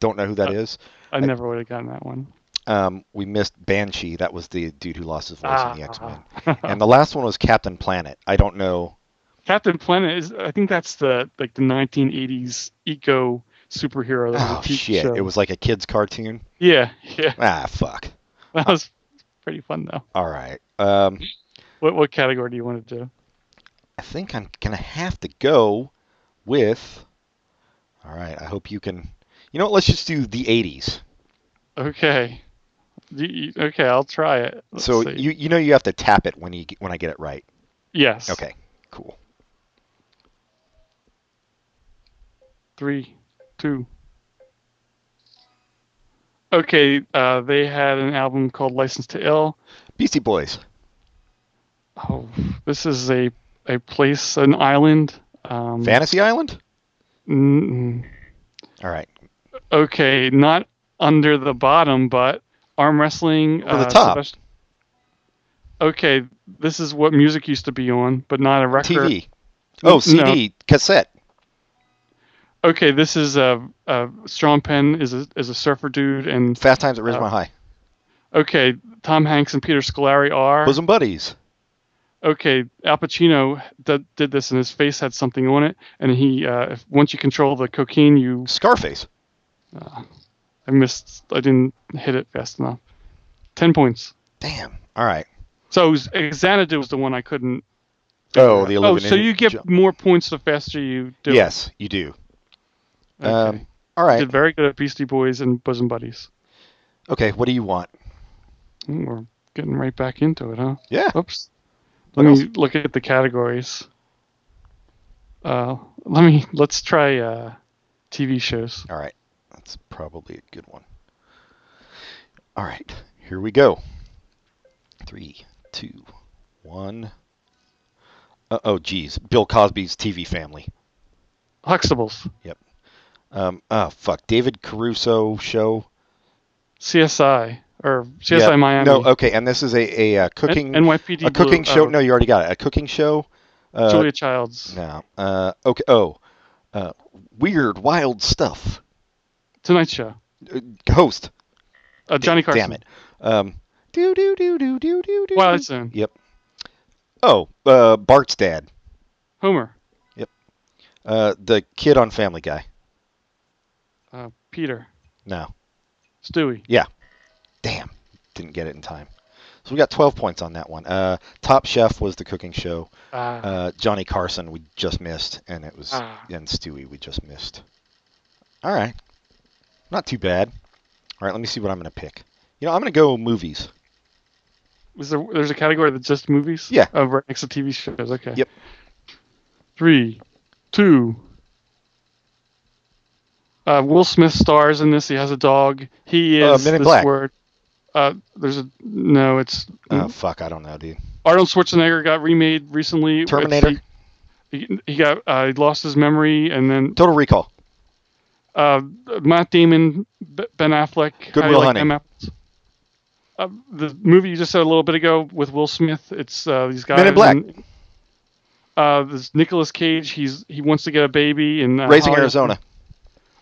Speaker 2: don't know who that
Speaker 3: Uh,
Speaker 2: is.
Speaker 3: I never would have gotten that one.
Speaker 2: Um, we missed Banshee. That was the dude who lost his voice in the X Men.
Speaker 3: Ah.
Speaker 2: And the last one was Captain Planet. I don't know.
Speaker 3: *laughs* Captain Planet is. I think that's the like the 1980s eco superhero. That was a
Speaker 2: Oh
Speaker 3: TV
Speaker 2: shit!
Speaker 3: show.
Speaker 2: It was like a kids' cartoon.
Speaker 3: Yeah, *laughs* yeah.
Speaker 2: Ah, fuck.
Speaker 3: That was pretty fun though.
Speaker 2: All right. Um,
Speaker 3: What what category do you want to do?
Speaker 2: I think I'm gonna have to go with. All right. I hope you can. You know what? Let's just do the 80s.
Speaker 3: Okay. You- you- okay, I'll try it. Let's
Speaker 2: so
Speaker 3: see.
Speaker 2: you you know you have to tap it when you get- when I get it right.
Speaker 3: yes.
Speaker 2: Okay. Cool.
Speaker 3: Three, two. Okay, uh, they had an album called License to Ill.
Speaker 2: Beastie Boys.
Speaker 3: Oh, this is a a place, an island. Um,
Speaker 2: Fantasy Island.
Speaker 3: mm,
Speaker 2: All right.
Speaker 3: okay, not under the bottom, but arm wrestling.
Speaker 2: Over the top.
Speaker 3: Sebast- okay, this is what music used to be on, but not a record.
Speaker 2: TV. Oh,
Speaker 3: No.
Speaker 2: CD, cassette.
Speaker 3: Okay, this is a, a Strong Pen is a, is a surfer dude, and
Speaker 2: Fast Times at Ridgemont
Speaker 3: Oh.
Speaker 2: High.
Speaker 3: okay, Tom Hanks and Peter Scolari are.
Speaker 2: Bosom Buddies.
Speaker 3: okay, Al Pacino d- did this, and his face had something on it, and he uh, if, once you control the cocaine, you
Speaker 2: Scarface.
Speaker 3: I missed, I didn't hit it fast enough. Ten points.
Speaker 2: Damn. All right.
Speaker 3: So it was- Xanadu was the one I couldn't.
Speaker 2: Oh, the
Speaker 3: Oh,
Speaker 2: illuminated.
Speaker 3: so you get
Speaker 2: jump.
Speaker 3: more points the faster you do. it.
Speaker 2: Yes, you do.
Speaker 3: Okay.
Speaker 2: Um, all right.
Speaker 3: Did very good at Beastie Boys and Bosom Buddies.
Speaker 2: Okay. What do you want?
Speaker 3: Mm, We're getting right back into it, huh?
Speaker 2: Yeah.
Speaker 3: Oops.
Speaker 2: What
Speaker 3: Let me
Speaker 2: else?
Speaker 3: look at the categories. Uh, let me let's try uh, TV shows.
Speaker 2: All right. That's probably a good one. All right. Here we go. Three, two, one. Uh, oh, geez. Bill Cosby's TV family.
Speaker 3: Huxtables,
Speaker 2: Um, oh, fuck. David Caruso show.
Speaker 3: CSI, or CSI
Speaker 2: Yeah,
Speaker 3: Miami.
Speaker 2: No, okay. And this is a, a, uh
Speaker 3: N-
Speaker 2: cooking
Speaker 3: NYPD
Speaker 2: a cooking
Speaker 3: Blue,
Speaker 2: show.
Speaker 3: uh,
Speaker 2: No, you already got it. A cooking show. Uh,
Speaker 3: Julia Childs.
Speaker 2: No. Uh, okay. Oh, uh, weird, wild stuff.
Speaker 3: Tonight Show.
Speaker 2: Uh, host.
Speaker 3: Uh, Johnny Carson.
Speaker 2: Damn it. Um. Do do do do do do do.
Speaker 3: Twilight Zone.
Speaker 2: Yep. Oh, uh, Bart's dad.
Speaker 3: Homer.
Speaker 2: Uh, the kid on Family Guy.
Speaker 3: Uh, Peter.
Speaker 2: No.
Speaker 3: Stewie.
Speaker 2: Damn. Didn't get it in time. So we got 12 points on that one. Uh, Top Chef was the cooking show.
Speaker 3: Uh,
Speaker 2: Uh, Johnny Carson we just missed, and it was
Speaker 3: Ah.
Speaker 2: and Stewie we just missed. All right, not too bad. All right, let me see what I'm gonna pick. You know, I'm gonna go movies.
Speaker 3: was there? There's a category that's just movies.
Speaker 2: Yeah.
Speaker 3: Oh, right next to TV shows. Okay.
Speaker 2: Yep.
Speaker 3: Three, two. Uh, Will Smith stars in this. He has a dog. He
Speaker 2: Uh,
Speaker 3: is
Speaker 2: Men in
Speaker 3: this
Speaker 2: Black.
Speaker 3: word. Uh, there's a no. It's
Speaker 2: Oh fuck, I don't know, dude.
Speaker 3: Arnold Schwarzenegger got remade recently.
Speaker 2: Terminator,
Speaker 3: He, he got uh, he lost his memory, and then
Speaker 2: Total Recall,
Speaker 3: uh, Matt Damon, B- Ben Affleck. how
Speaker 2: Good
Speaker 3: do you
Speaker 2: Will
Speaker 3: like
Speaker 2: Hunting.
Speaker 3: them apples? Uh, the movie you just said a little bit ago with Will Smith. It's uh, these guys.
Speaker 2: Men in Black.
Speaker 3: and, uh, this Nicolas Cage. He's he wants to get a baby and uh,
Speaker 2: Raising
Speaker 3: Hollywood-
Speaker 2: Arizona.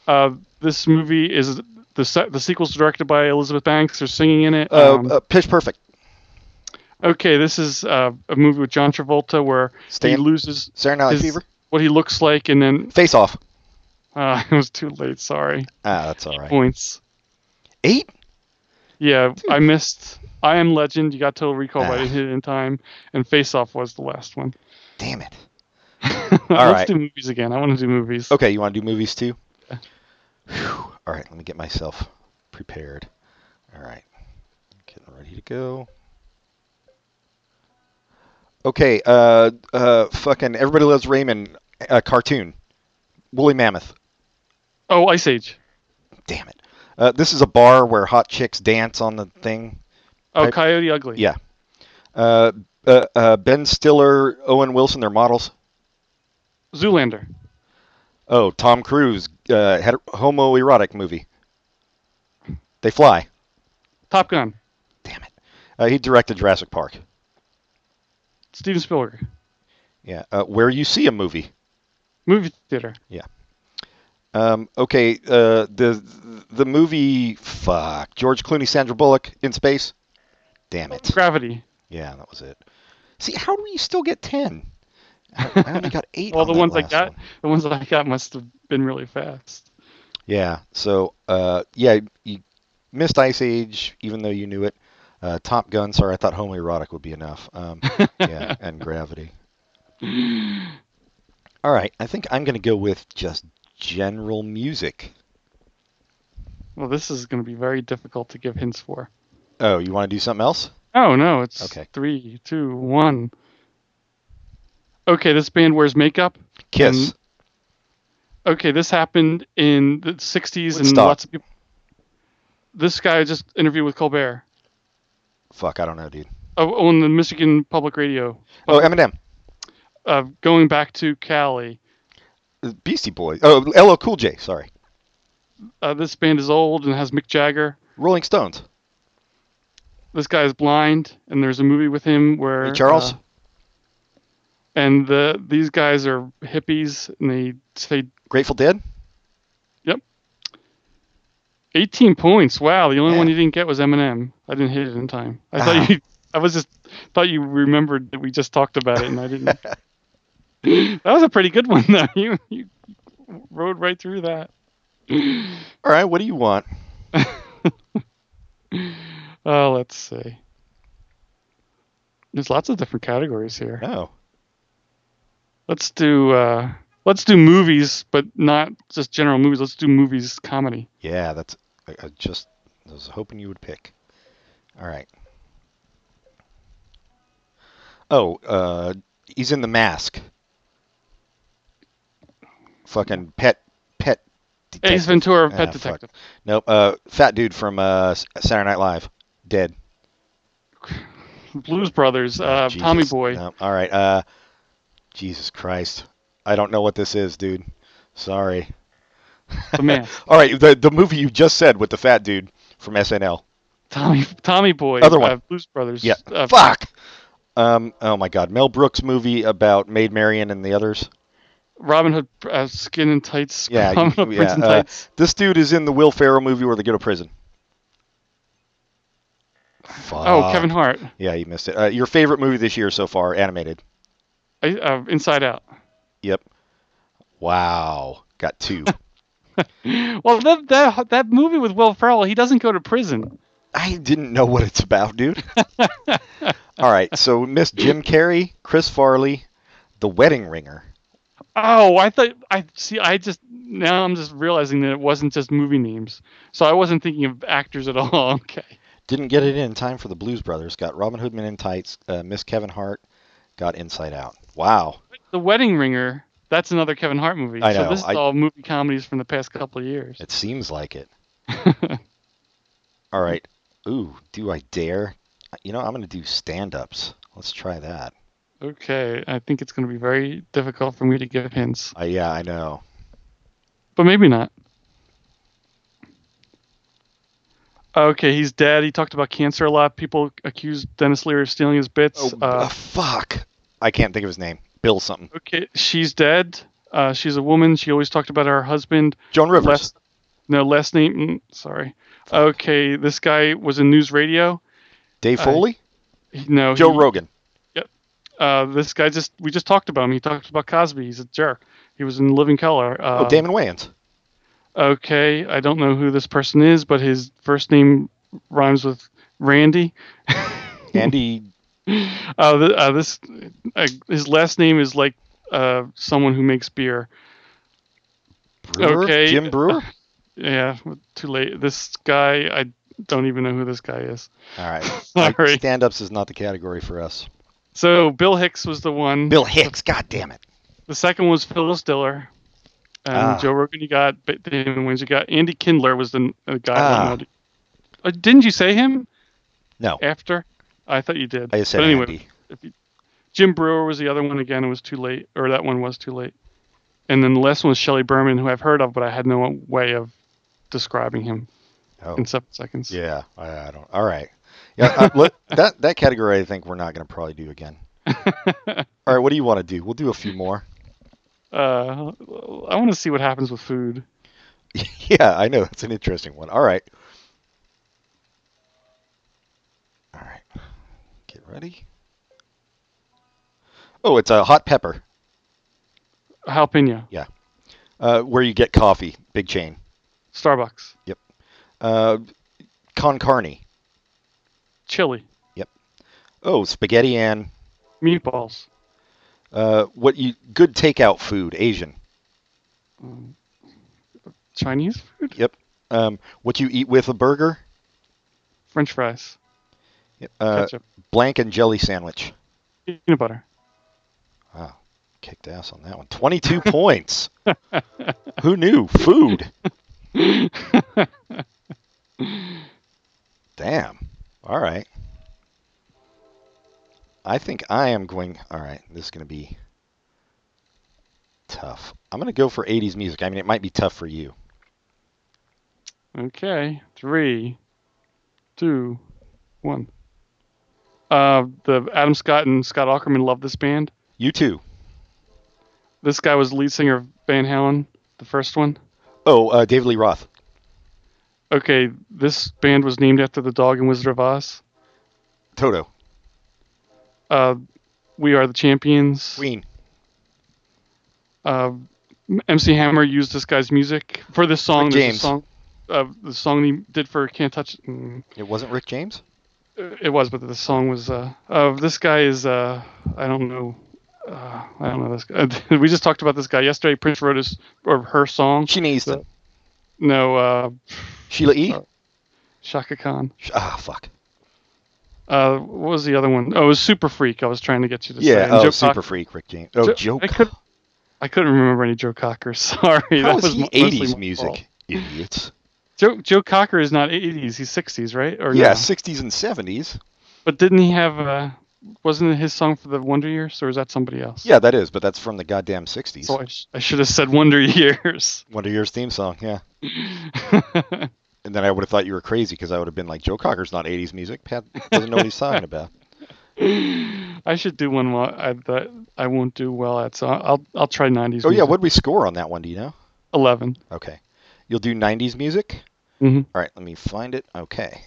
Speaker 3: Uh, this movie is the se- the sequel's directed by Elizabeth Banks. They're singing in it.
Speaker 2: Uh,
Speaker 3: Um,
Speaker 2: uh, Pitch Perfect. oh.
Speaker 3: okay, this is uh, a movie with John Travolta where he
Speaker 2: Stan-
Speaker 3: loses
Speaker 2: Saturday Night
Speaker 3: his-
Speaker 2: Fever.
Speaker 3: what he looks like, and then
Speaker 2: Face Off.
Speaker 3: uh, *laughs* it was too late. Sorry,
Speaker 2: Ah, that's all right.
Speaker 3: points.
Speaker 2: Eight.
Speaker 3: Yeah, I missed. I am Legend. You got Total Recall, but I
Speaker 2: Hmm. Ah.
Speaker 3: didn't hit it in time. And Face Off was the last one. *laughs*
Speaker 2: Damn it.
Speaker 3: Let's
Speaker 2: right.
Speaker 3: do movies again. I want to do movies.
Speaker 2: Okay, you want to do movies too? Whew. All right, let me get myself prepared. All right, getting ready to go. Okay, uh, uh, fucking everybody loves Raymond uh, cartoon, Woolly Mammoth.
Speaker 3: Oh, Ice Age.
Speaker 2: Damn it! Uh, this is a bar where hot chicks dance on the thing.
Speaker 3: Oh,
Speaker 2: I-
Speaker 3: Coyote Ugly.
Speaker 2: Yeah. Uh, uh, uh, ben Stiller, Owen Wilson, they're models.
Speaker 3: Zoolander.
Speaker 2: Oh, Tom Cruise, uh, had homoerotic movie. They fly.
Speaker 3: Top Gun.
Speaker 2: Damn it. Uh, he directed Jurassic Park.
Speaker 3: Steven Spielberg.
Speaker 2: Yeah. Uh, where you see a movie.
Speaker 3: Movie theater.
Speaker 2: Um, okay. Uh, the the movie. Fuck. George Clooney, Sandra Bullock in space. Damn it. *laughs*
Speaker 3: Gravity.
Speaker 2: Yeah, that was it. See, how do we still get ten? I I only got eight.
Speaker 3: Well,
Speaker 2: on
Speaker 3: the
Speaker 2: that
Speaker 3: ones I
Speaker 2: last
Speaker 3: got,
Speaker 2: one.
Speaker 3: the ones that I got must have been really fast.
Speaker 2: Yeah. So, uh, yeah, you missed Ice Age, even though you knew it. Uh, Top Gun. Sorry, I thought homoerotic would be enough. Um, yeah, and Gravity. All right, I think I'm gonna go with just general music.
Speaker 3: Well, this is going to be very difficult to give hints for.
Speaker 2: Oh, you want to do something else?
Speaker 3: Oh no, it's
Speaker 2: Okay.
Speaker 3: three, two, one. Okay, this band wears makeup.
Speaker 2: Kiss.
Speaker 3: Okay, this happened in the '60s, and
Speaker 2: Woodstock.
Speaker 3: lots of people. This guy just interviewed with Colbert
Speaker 2: Fuck, I don't know, dude.
Speaker 3: oh, on the Michigan Public Radio.
Speaker 2: Oh, Eminem.
Speaker 3: Uh, going back to Cali,
Speaker 2: Beastie Boys. Oh, LL Cool J. Sorry.
Speaker 3: uh, this band is old and has Mick Jagger.
Speaker 2: Rolling Stones.
Speaker 3: This guy is blind, and there's a movie with him where
Speaker 2: Ray Charles.
Speaker 3: uh, and the these guys are hippies, and they say
Speaker 2: Grateful Dead.
Speaker 3: 18 points. Wow, the only
Speaker 2: Yeah. Ah.
Speaker 3: one you didn't get was Eminem. I didn't hit it in time. I thought you. I was just thought you remembered that we just talked about it, and I didn't.
Speaker 2: *laughs*
Speaker 3: that was a pretty good one, though. *laughs* You you rode right through that.
Speaker 2: All right, what do you want?
Speaker 3: Oh, let's see. There's lots of different categories here.
Speaker 2: No.
Speaker 3: Let's do uh, let's do movies, but not just general movies. Let's do movies comedy.
Speaker 2: Yeah, that's. I, I just I was hoping you would pick. All right. Oh, uh, he's in the mask. Fucking pet, pet. detective.
Speaker 3: Ace Ventura, Pet
Speaker 2: Ah, fuck.
Speaker 3: Detective.
Speaker 2: Nope. Uh, fat dude from uh, S- Saturday Night Live, dead.
Speaker 3: Blues Brothers, uh,
Speaker 2: Jesus.
Speaker 3: Tommy Boy.
Speaker 2: No, all right. Uh, Jesus Christ, I don't know what this is, dude. Sorry. *laughs*
Speaker 3: The Mask.
Speaker 2: All right, the the movie you just said with the fat dude from SNL.
Speaker 3: Tommy Tommy Boy.
Speaker 2: Other one.
Speaker 3: Uh, Blues Brothers.
Speaker 2: Yeah.
Speaker 3: Uh,
Speaker 2: Fuck. Um. Oh my God. Mel Brooks movie about Maid Marian and the others.
Speaker 3: Robin Hood uh, skin and tights.
Speaker 2: Yeah.
Speaker 3: Robin
Speaker 2: you-
Speaker 3: Hood
Speaker 2: yeah.
Speaker 3: Prince in
Speaker 2: uh,
Speaker 3: tights.
Speaker 2: this dude is in the Will Ferrell movie where they go to prison. Fuck.
Speaker 3: oh, Kevin Hart.
Speaker 2: Yeah, you missed it. Uh, your favorite movie this year so far, animated.
Speaker 3: I, uh, Inside Out.
Speaker 2: Yep. Wow. Got
Speaker 3: *laughs*
Speaker 2: two.
Speaker 3: Well, that, that that movie with Will Ferrell, he doesn't go to prison.
Speaker 2: I didn't know what it's about,
Speaker 3: *laughs*
Speaker 2: dude. All right. So we missed Jim Carrey, Chris Farley, The Wedding Ringer.
Speaker 3: Oh, I thought I see. I just now I'm just realizing that it wasn't just movie names. So I wasn't thinking of actors at *laughs* all. Okay.
Speaker 2: Didn't get it in time for the Blues Brothers. Got Robin Hood Men in Tights. Uh, Miss Kevin Hart. Got Inside Out. Wow.
Speaker 3: The Wedding Ringer. That's another Kevin Hart movie.
Speaker 2: I know,
Speaker 3: so this is
Speaker 2: I-
Speaker 3: all movie comedies from the past couple of years.
Speaker 2: It seems like *laughs* it. All right. Ooh, do I dare? You know, I'm going to do stand ups. Let's try that.
Speaker 3: Okay, I think it's going to be very difficult for me to give hints,
Speaker 2: Uh, yeah, I know.
Speaker 3: but maybe not. Oh, Okay, he's dead. He talked about cancer a lot. People accused Dennis Leary of stealing his bits.
Speaker 2: Oh, uh,
Speaker 3: uh,
Speaker 2: fuck. I can't think of his name. Bill something.
Speaker 3: okay, she's dead. Uh, she's a woman. She always talked about her husband.
Speaker 2: Joan Rivers.
Speaker 3: Last, no, last name. mm, Sorry. Okay, this guy was in news radio.
Speaker 2: Dave
Speaker 3: I-
Speaker 2: Foley.
Speaker 3: He- No,
Speaker 2: Joe
Speaker 3: he-
Speaker 2: Rogan.
Speaker 3: Uh, this guy just we just talked about him. He talked about Cosby. He's a jerk. He was in Living Color. Uh,
Speaker 2: oh, Damon Wayans.
Speaker 3: okay, I don't know who this person is, but his first name rhymes with Randy.
Speaker 2: Andy.
Speaker 3: Uh, th- uh, this uh, his last name is like uh, someone who makes beer.
Speaker 2: Brewer?
Speaker 3: Okay.
Speaker 2: Jim *laughs* Brewer?
Speaker 3: Yeah, too late. This guy, I don't even know who this guy is.
Speaker 2: All right.
Speaker 3: Sorry.
Speaker 2: Stand ups is not the category for us.
Speaker 3: So Bill Hicks was the one.
Speaker 2: Bill Hicks. God damn it.
Speaker 3: The second was Phyllis Diller. And
Speaker 2: Ah.
Speaker 3: Joe Rogan, you got Ba- Damon Wayans, you got Andy Kindler was the uh, guy.
Speaker 2: Ah.
Speaker 3: that- Uh, didn't you say him
Speaker 2: No.
Speaker 3: after? I thought you did.
Speaker 2: I just said
Speaker 3: but anyway,
Speaker 2: Andy.
Speaker 3: if you, Jim Brewer was the other one again. It was too late, or that one was too late. And then the last one was Shelley Berman, who I've heard of, but I had no way of describing him.
Speaker 2: Oh.
Speaker 3: in seven seconds.
Speaker 2: Yeah, I, I don't. All right. Yeah, I, look, that that category I think we're not going to probably do again. all right, what do you want to do? We'll do a few more. *laughs*
Speaker 3: Uh, I want to see what happens with food.
Speaker 2: yeah, I know that's an interesting one. All right. All right. Get ready. Oh, it's a hot pepper.
Speaker 3: Jalapeno,
Speaker 2: Uh, where you get coffee, big chain.
Speaker 3: Starbucks,
Speaker 2: Uh, con carne.
Speaker 3: chili,
Speaker 2: Oh, spaghetti and
Speaker 3: meatballs,
Speaker 2: uh, what you good takeout food, Asian.
Speaker 3: um, Chinese food,
Speaker 2: Um, what you eat with a burger?
Speaker 3: French fries,
Speaker 2: Yep. Uh,
Speaker 3: ketchup,
Speaker 2: blank and jelly sandwich.
Speaker 3: peanut butter. *laughs*
Speaker 2: Wow, kicked ass on that one. Twenty-two *laughs*
Speaker 3: *laughs*
Speaker 2: points. Who knew? Food. Damn. All right. I think I am going. All right, this is going to be tough. I'm going to go for 80s music. I mean, it might be tough for you.
Speaker 3: Okay, three, two, one. Uh, the Adam Scott and Scott Ackerman loved this band.
Speaker 2: You too.
Speaker 3: This guy was the lead singer of Van Halen, the first one.
Speaker 2: Oh, uh, David Lee Roth.
Speaker 3: Okay, this band was named after the dog in Wizard of Oz.
Speaker 2: Toto.
Speaker 3: Uh, we are the champions.
Speaker 2: Queen.
Speaker 3: uh, MC Hammer used this guy's music for this song.
Speaker 2: Rick
Speaker 3: there's a
Speaker 2: James.
Speaker 3: song, uh, the song he did for "Can't Touch." mm,
Speaker 2: It wasn't Rick James?
Speaker 3: It was, but the song was. Uh, uh, this guy is. Uh, I don't know. Uh, I don't know this guy. *laughs* we just talked about this guy yesterday. Prince wrote his or her song.
Speaker 2: Sheena Easton.
Speaker 3: No, uh,
Speaker 2: Sheila E.
Speaker 3: Uh, Shaka Khan.
Speaker 2: Sh- Ah, fuck.
Speaker 3: Uh, what was the other one? Oh, it was Super Freak. I was trying to get you to say.
Speaker 2: Yeah,
Speaker 3: And
Speaker 2: oh,
Speaker 3: Joe
Speaker 2: Super
Speaker 3: Cocker-
Speaker 2: Freak, Rick James. Oh,
Speaker 3: Jo-
Speaker 2: Joe
Speaker 3: I
Speaker 2: Cocker.
Speaker 3: could- I couldn't remember any Joe Cocker. *laughs* Sorry,
Speaker 2: How
Speaker 3: that
Speaker 2: is
Speaker 3: was
Speaker 2: he
Speaker 3: mo- mostly
Speaker 2: 80s
Speaker 3: my fault.
Speaker 2: music? Idiots.
Speaker 3: Joe Joe Cocker is not 80s. He's 60s, right? Or
Speaker 2: Yeah,
Speaker 3: no?
Speaker 2: 60s and 70s.
Speaker 3: But didn't he have? Uh, wasn't it his song for the Wonder Years, or is that somebody else?
Speaker 2: Yeah, that is, but that's from the goddamn 60s.
Speaker 3: So I, sh- I should have said Wonder Years. *laughs*
Speaker 2: Wonder Years theme song, yeah. And then I would have thought you were crazy because I would have been like, Joe Cocker's not 80s music. Pat doesn't know
Speaker 3: *laughs*
Speaker 2: what he's talking about.
Speaker 3: I should do one. While I that I won't do well at. So I'll I'll try 90s.
Speaker 2: Oh, yeah,
Speaker 3: music.
Speaker 2: what would we score on that one? Do you know?
Speaker 3: 11.
Speaker 2: Okay. You'll do 90s music?
Speaker 3: hmm
Speaker 2: All right, let me find it. Okay.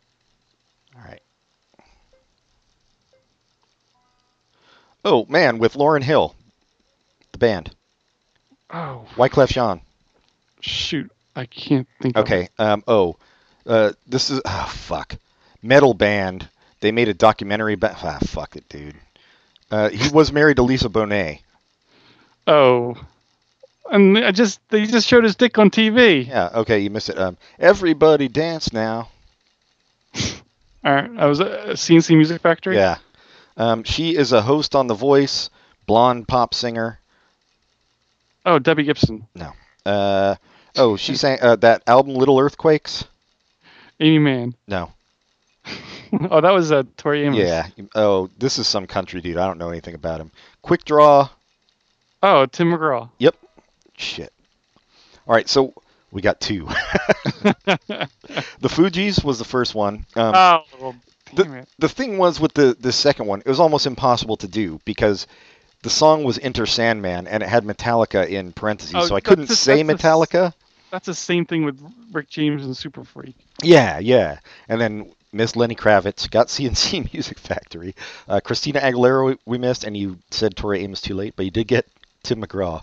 Speaker 2: All right. Oh man, with Lauren Hill, the band
Speaker 3: Oh
Speaker 2: Wyclef Jean.
Speaker 3: shoot, I can't think. Of it.
Speaker 2: Okay. Um. Oh, uh, this is ah fuck, metal band. They made a documentary about ah fuck it, dude. Uh, he was married to Lisa Bonet.
Speaker 3: Oh, and I just they just showed his dick on TV.
Speaker 2: Yeah. Okay, you missed it. Um. Everybody dance now.
Speaker 3: All right, I was uh, CNC Music Factory.
Speaker 2: Yeah. Um. She is a host on The Voice, blonde pop singer.
Speaker 3: Oh, Debbie Gibson,
Speaker 2: Uh, oh, she sang uh, that album Little Earthquakes.
Speaker 3: Amy Mann. *laughs*
Speaker 2: No.
Speaker 3: oh, that was uh, Tori Amos.
Speaker 2: Yeah. Oh, this is some country dude. I don't know anything about him. Quick Draw.
Speaker 3: Oh, Tim
Speaker 2: *laughs*
Speaker 3: McGraw.
Speaker 2: Shit. All right, so we got two. the Fugees was the first one. Um,
Speaker 3: Oh, well, damn it.
Speaker 2: the thing was with the the second one, it was almost impossible to do because the song was Enter Sandman and it had Metallica in parentheses,
Speaker 3: Oh,
Speaker 2: so I
Speaker 3: that's
Speaker 2: couldn't
Speaker 3: the-
Speaker 2: say
Speaker 3: that's the-
Speaker 2: Metallica.
Speaker 3: That's the same thing with Rick James and Super Freak.
Speaker 2: Yeah, yeah. And then Miss Lenny Kravitz got *laughs* CNC Music Factory. Uh, Christina Aguilera we, we missed, and you said Tori Amos too late, but you did get Tim McGraw.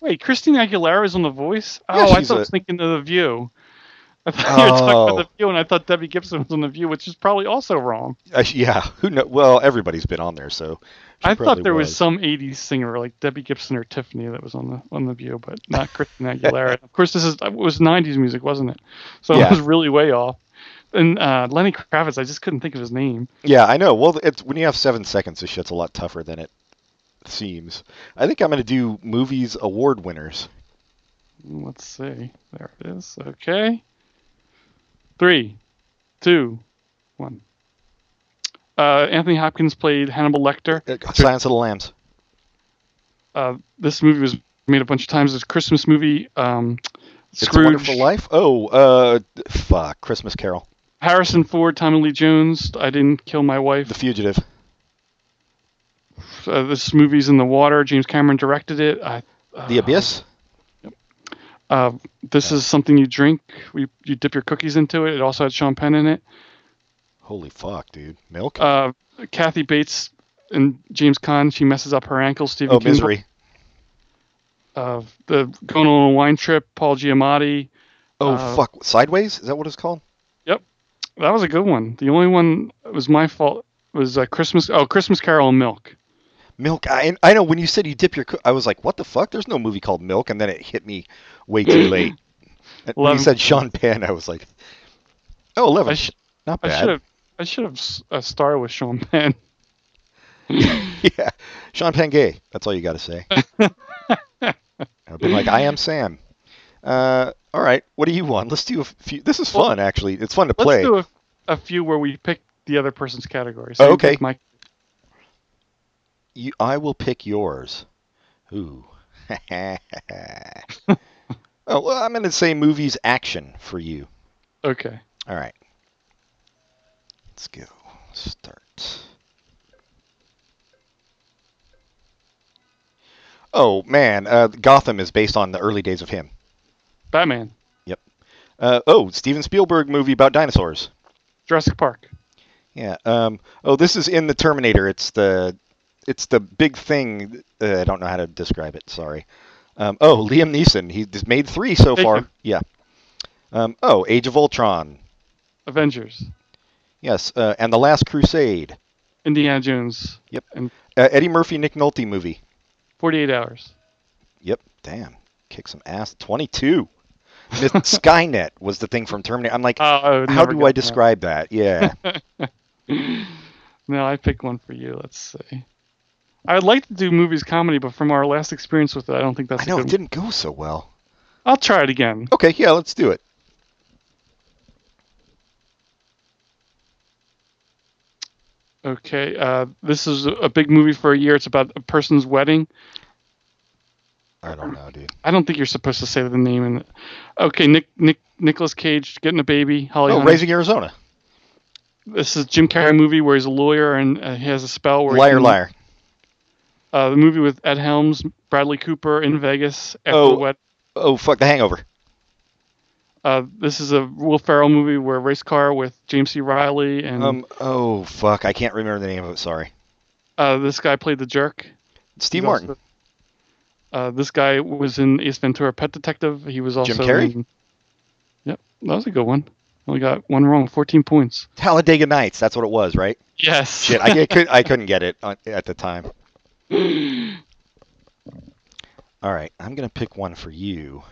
Speaker 3: Wait, Christine Aguilera is on The Voice?
Speaker 2: Yeah,
Speaker 3: Oh, I
Speaker 2: she's
Speaker 3: thought I
Speaker 2: a-
Speaker 3: was thinking of The View. I thought you were talking
Speaker 2: Oh.
Speaker 3: about The View, and I thought Debbie Gibson was on The View, which is probably also wrong.
Speaker 2: Uh, yeah, who know? Well, everybody's been on there, so she
Speaker 3: I
Speaker 2: probably
Speaker 3: thought there was. some '80s singer like Debbie Gibson or Tiffany that was on the on The View, but not
Speaker 2: *laughs*
Speaker 3: Christine Aguilera. of course, this is it was '90s music, wasn't it? So
Speaker 2: Yeah.
Speaker 3: I was really way off. And uh, Lenny Kravitz, I just couldn't think of his name.
Speaker 2: Yeah, I know. Well, it's when you have seven seconds, this shit's a lot tougher than it seems. I think I'm gonna do movies award winners.
Speaker 3: Let's see. There it is. Okay. Three, two, one. Uh, Anthony Hopkins played Hannibal Lecter.
Speaker 2: Uh, *laughs* Silence of the Lambs.
Speaker 3: Uh, this movie was made a bunch of times. It's a Christmas movie. Um,
Speaker 2: It's a Wonderful
Speaker 3: Scrooge.
Speaker 2: Life. Oh, uh, fuck, Christmas Carol,
Speaker 3: Harrison Ford, Tommy Lee Jones. I didn't kill my wife.
Speaker 2: The Fugitive.
Speaker 3: Uh, this movie's in the water. James Cameron directed it. I, Uh-huh.
Speaker 2: The Abyss.
Speaker 3: uh, this is something you drink. You, you dip your cookies into it. It also had Sean Penn in it.
Speaker 2: Holy fuck, dude. Milk.
Speaker 3: Uh, Kathy Bates and James Caan. She messes up her ankle. Stephen
Speaker 2: oh,
Speaker 3: King.
Speaker 2: Misery.
Speaker 3: Uh, the going on a wine trip. Paul Giamatti.
Speaker 2: Oh
Speaker 3: uh,
Speaker 2: fuck, Sideways. Is that what it's called?
Speaker 3: That was a good one. The only one that was my fault was uh, Christmas. Oh, Christmas Carol and Milk.
Speaker 2: Milk. I I know when you said you dip your. coo- I was like, what the fuck? There's no movie called Milk, and then it hit me way
Speaker 3: *coughs*
Speaker 2: too late. And when you
Speaker 3: Eleven.
Speaker 2: said Sean Penn, I was like, oh, 11.
Speaker 3: I sh-
Speaker 2: Not
Speaker 3: I should
Speaker 2: bad.
Speaker 3: have. I should have s- uh, started with Sean Penn.
Speaker 2: *laughs* yeah, Sean Penn gay. That's all you got to
Speaker 3: *laughs*
Speaker 2: say. I've been like, I am Sam. Uh, all right, what do you want? Let's do a few. This is fun, actually. It's fun to
Speaker 3: *laughs* Let's
Speaker 2: play.
Speaker 3: do a, a few where we pick the other person's categories.
Speaker 2: Oh,
Speaker 3: you
Speaker 2: okay.
Speaker 3: pick My,
Speaker 2: You, I will pick yours. Ooh. *laughs* oh, well, I'm going to say movies action for you.
Speaker 3: okay.
Speaker 2: All right. Let's go. Start. Oh, man. Uh, Gotham is based on the early days of him.
Speaker 3: Batman.
Speaker 2: Uh, oh, Steven Spielberg movie about dinosaurs.
Speaker 3: Jurassic Park.
Speaker 2: Yeah. Um, oh, this is in the Terminator. It's the it's the big thing. Uh, I don't know how to describe it. Sorry. Um, oh, Liam Neeson. He's made three so
Speaker 3: Take
Speaker 2: far.
Speaker 3: him.
Speaker 2: Yeah. Um, oh, Age of Ultron.
Speaker 3: Avengers.
Speaker 2: Yes. Uh, and The Last Crusade.
Speaker 3: Indiana Jones.
Speaker 2: Yep.
Speaker 3: And
Speaker 2: Uh, Eddie Murphy, Nick Nolte movie.
Speaker 3: 48 Hours.
Speaker 2: Yep. Damn. Kick some ass. Twenty-two.
Speaker 3: *laughs*
Speaker 2: Miss Skynet was the thing from Terminator. I'm like,
Speaker 3: Oh, I would
Speaker 2: how
Speaker 3: never
Speaker 2: do
Speaker 3: get
Speaker 2: I
Speaker 3: that.
Speaker 2: describe that? Yeah.
Speaker 3: No, I picked one for you. Let's see. I would like to do movies comedy, but from our last experience with it, I don't think *laughs* that's.
Speaker 2: I know
Speaker 3: a
Speaker 2: it
Speaker 3: good
Speaker 2: didn't go so well.
Speaker 3: One. I'll try it again.
Speaker 2: Okay. Yeah. Let's do it.
Speaker 3: Okay. Uh, this is a big movie for a year. It's about a person's wedding.
Speaker 2: I don't know, dude.
Speaker 3: I don't think you're supposed to say the name. In it. Okay, Nick Nick Nicholas Cage getting a baby. Holly.
Speaker 2: Oh,
Speaker 3: Hunter.
Speaker 2: Raising Arizona.
Speaker 3: This is Jim Carrey movie where he's a lawyer and uh, he has a spell where he
Speaker 2: Liar,
Speaker 3: can-
Speaker 2: liar.
Speaker 3: Uh, the movie with Ed Helms, Bradley Cooper in Vegas. After
Speaker 2: Oh.
Speaker 3: the wed-
Speaker 2: Oh fuck, The Hangover.
Speaker 3: uh, this is a Will Ferrell movie where race car with James C. Riley and
Speaker 2: Um. Oh fuck, I can't remember the name of it. Sorry.
Speaker 3: uh, this guy played the jerk.
Speaker 2: Steve
Speaker 3: He's also-
Speaker 2: Martin.
Speaker 3: uh, this guy was in Ace Ventura: Pet Detective. He was also
Speaker 2: Carrey?
Speaker 3: in- yep, that was a good one. Only got one wrong. Fourteen points.
Speaker 2: Talladega Nights. That's what it was, right?
Speaker 3: Yes.
Speaker 2: *laughs* Shit, I, I could I couldn't get it on, at the time. All right, I'm gonna pick one for you.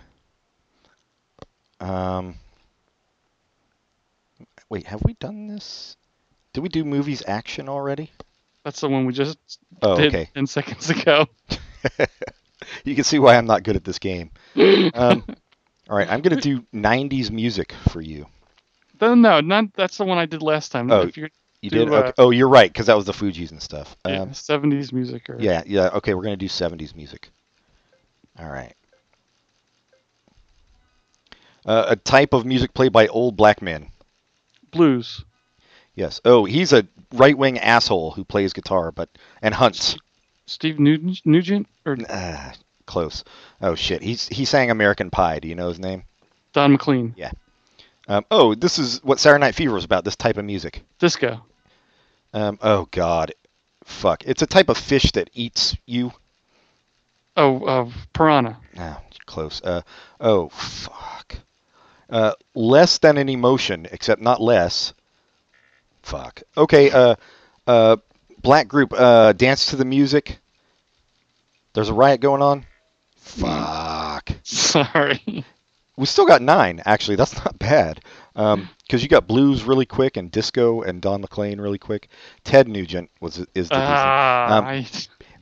Speaker 2: Um. Wait, have we done this? Did we do movies action already?
Speaker 3: *gasps* That's the one we just
Speaker 2: Oh,
Speaker 3: did
Speaker 2: okay.
Speaker 3: ten seconds ago. *laughs*
Speaker 2: You can see why I'm not good at this game. Um, all right, I'm gonna do *laughs* '90s music for you.
Speaker 3: No, no, not that's the one I did last time.
Speaker 2: Oh,
Speaker 3: If you're-
Speaker 2: You
Speaker 3: Do,
Speaker 2: did?
Speaker 3: uh,
Speaker 2: Okay. Oh, you're right, because that was the Fugees and stuff.
Speaker 3: yeah,
Speaker 2: Um,
Speaker 3: 70s music or
Speaker 2: yeah, yeah. Okay, we're gonna do '70s music. All right. Uh, a type of music played by old black men.
Speaker 3: blues.
Speaker 2: Yes. Oh, he's a right-wing asshole who plays guitar, but and hunts.
Speaker 3: Steve Nugent, Nugent or
Speaker 2: Ah, close. Oh shit. He's he sang American Pie. Do you know his name?
Speaker 3: Don McLean.
Speaker 2: Um, oh, this is what Saturday Night Fever was about. This type of music.
Speaker 3: Disco.
Speaker 2: Um, oh god, fuck. It's a type of fish that eats you.
Speaker 3: Oh, uh, Piranha. *laughs*
Speaker 2: Ah, close. Uh, oh, fuck. Uh, less than an emotion, except not less. Fuck. Okay. Uh, uh, black group. Uh, dance to the music. There's a riot going on. Fuck.
Speaker 3: Sorry.
Speaker 2: We still got nine. Actually, that's *laughs* not bad. Um, because you got blues really quick and disco and Don McLean really quick. Ted Nugent was is the decent-
Speaker 3: Ah,
Speaker 2: Um,
Speaker 3: I-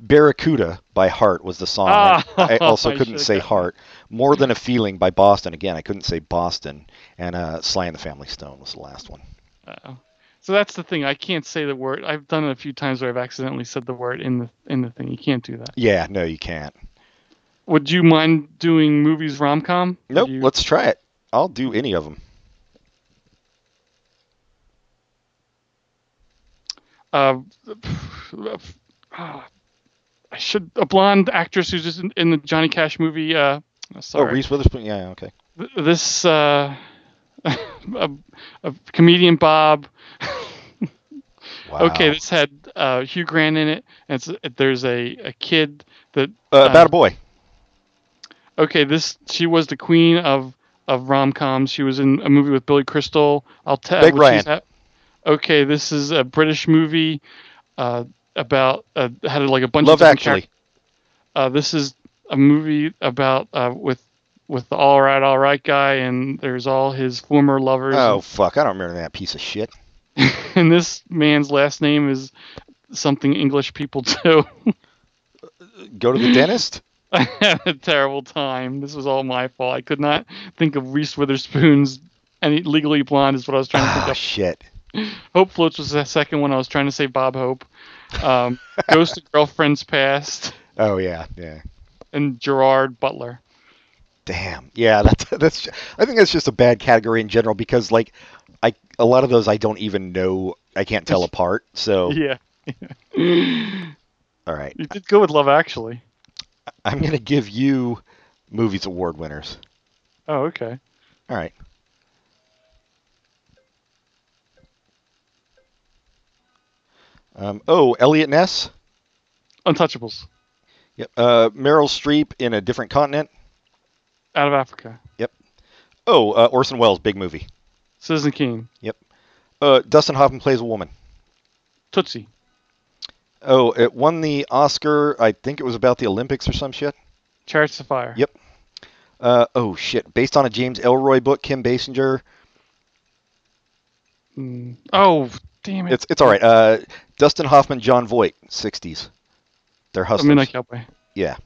Speaker 2: Barracuda by Heart was the song.
Speaker 3: Ah, *laughs*
Speaker 2: I also
Speaker 3: I
Speaker 2: couldn't
Speaker 3: should've
Speaker 2: say
Speaker 3: gotten
Speaker 2: Heart. More Than a Feeling by Boston. Again, I couldn't say Boston. And uh, Sly and the Family Stone was the last one.
Speaker 3: Uh, so that's the thing. I can't say the word. I've done it a few times where I've accidentally said the word in the in the thing. You can't do that.
Speaker 2: Yeah, no, you can't.
Speaker 3: would you mind doing movies rom com?
Speaker 2: Nope.
Speaker 3: You,
Speaker 2: Let's try it. I'll do any of them.
Speaker 3: uh, *sighs* ah, I should a blonde actress who's just in, in the Johnny Cash movie. Uh,
Speaker 2: Oh,
Speaker 3: sorry,
Speaker 2: Reese Witherspoon. Yeah. Okay.
Speaker 3: Th- this uh, *laughs* a, a comedian Bob.
Speaker 2: Wow.
Speaker 3: Okay, this had uh, Hugh Grant in it, and it's, there's a, a kid that
Speaker 2: Uh, about a boy.
Speaker 3: okay, this she was the queen of of rom coms. She was in a movie with Billy Crystal. I'll tell.
Speaker 2: Big
Speaker 3: which is
Speaker 2: Ryan.
Speaker 3: that- Okay, this is a British movie uh, about uh, had like a bunch
Speaker 2: Love
Speaker 3: of different
Speaker 2: Actually.
Speaker 3: charac- uh, this is a movie about uh, with with the all right, all right guy, and there's all his former lovers.
Speaker 2: Oh fuck! I don't remember that piece of shit.
Speaker 3: *laughs* And this man's last name is something English people *laughs* do.
Speaker 2: Go to
Speaker 3: *laughs*
Speaker 2: the dentist.
Speaker 3: I had a *laughs* terrible time. This was all my fault. I could not think of Reese Witherspoon's any legally blonde is what I was trying to think
Speaker 2: Oh
Speaker 3: *sighs* of.
Speaker 2: shit.
Speaker 3: Hope Floats was the second one. I was trying to say Bob Hope. *laughs* Um, Ghost of Girlfriend's Past
Speaker 2: Oh yeah. Yeah.
Speaker 3: and Gerard Butler.
Speaker 2: Damn. Yeah, *laughs* that's that's. I think that's just a bad category in general because like, I a lot of those I don't even know. I can't tell apart. So
Speaker 3: *laughs* Yeah.
Speaker 2: all right,
Speaker 3: You Oh. did good with Love Actually.
Speaker 2: I'm gonna give you movies award winners.
Speaker 3: Oh, okay.
Speaker 2: All right. Um, oh, Elliot Ness.
Speaker 3: Untouchables.
Speaker 2: Yep. Uh, Meryl Streep in a different continent.
Speaker 3: Out of Africa.
Speaker 2: Oh, uh, Orson Welles, big movie.
Speaker 3: Citizen Kane.
Speaker 2: Uh, Dustin Hoffman plays a woman.
Speaker 3: Tootsie.
Speaker 2: Oh, it won the Oscar. I think it was about the Olympics or some shit.
Speaker 3: Chariots of Fire.
Speaker 2: Yep. Uh, oh shit! Based on a James Elroy book, Kim Basinger.
Speaker 3: Mm. Oh, damn it.
Speaker 2: It's it's all right. Uh, Dustin Hoffman, John Voight, '60s. They're
Speaker 3: I
Speaker 2: hustlers.
Speaker 3: mean, like Cowboy.
Speaker 2: Yeah.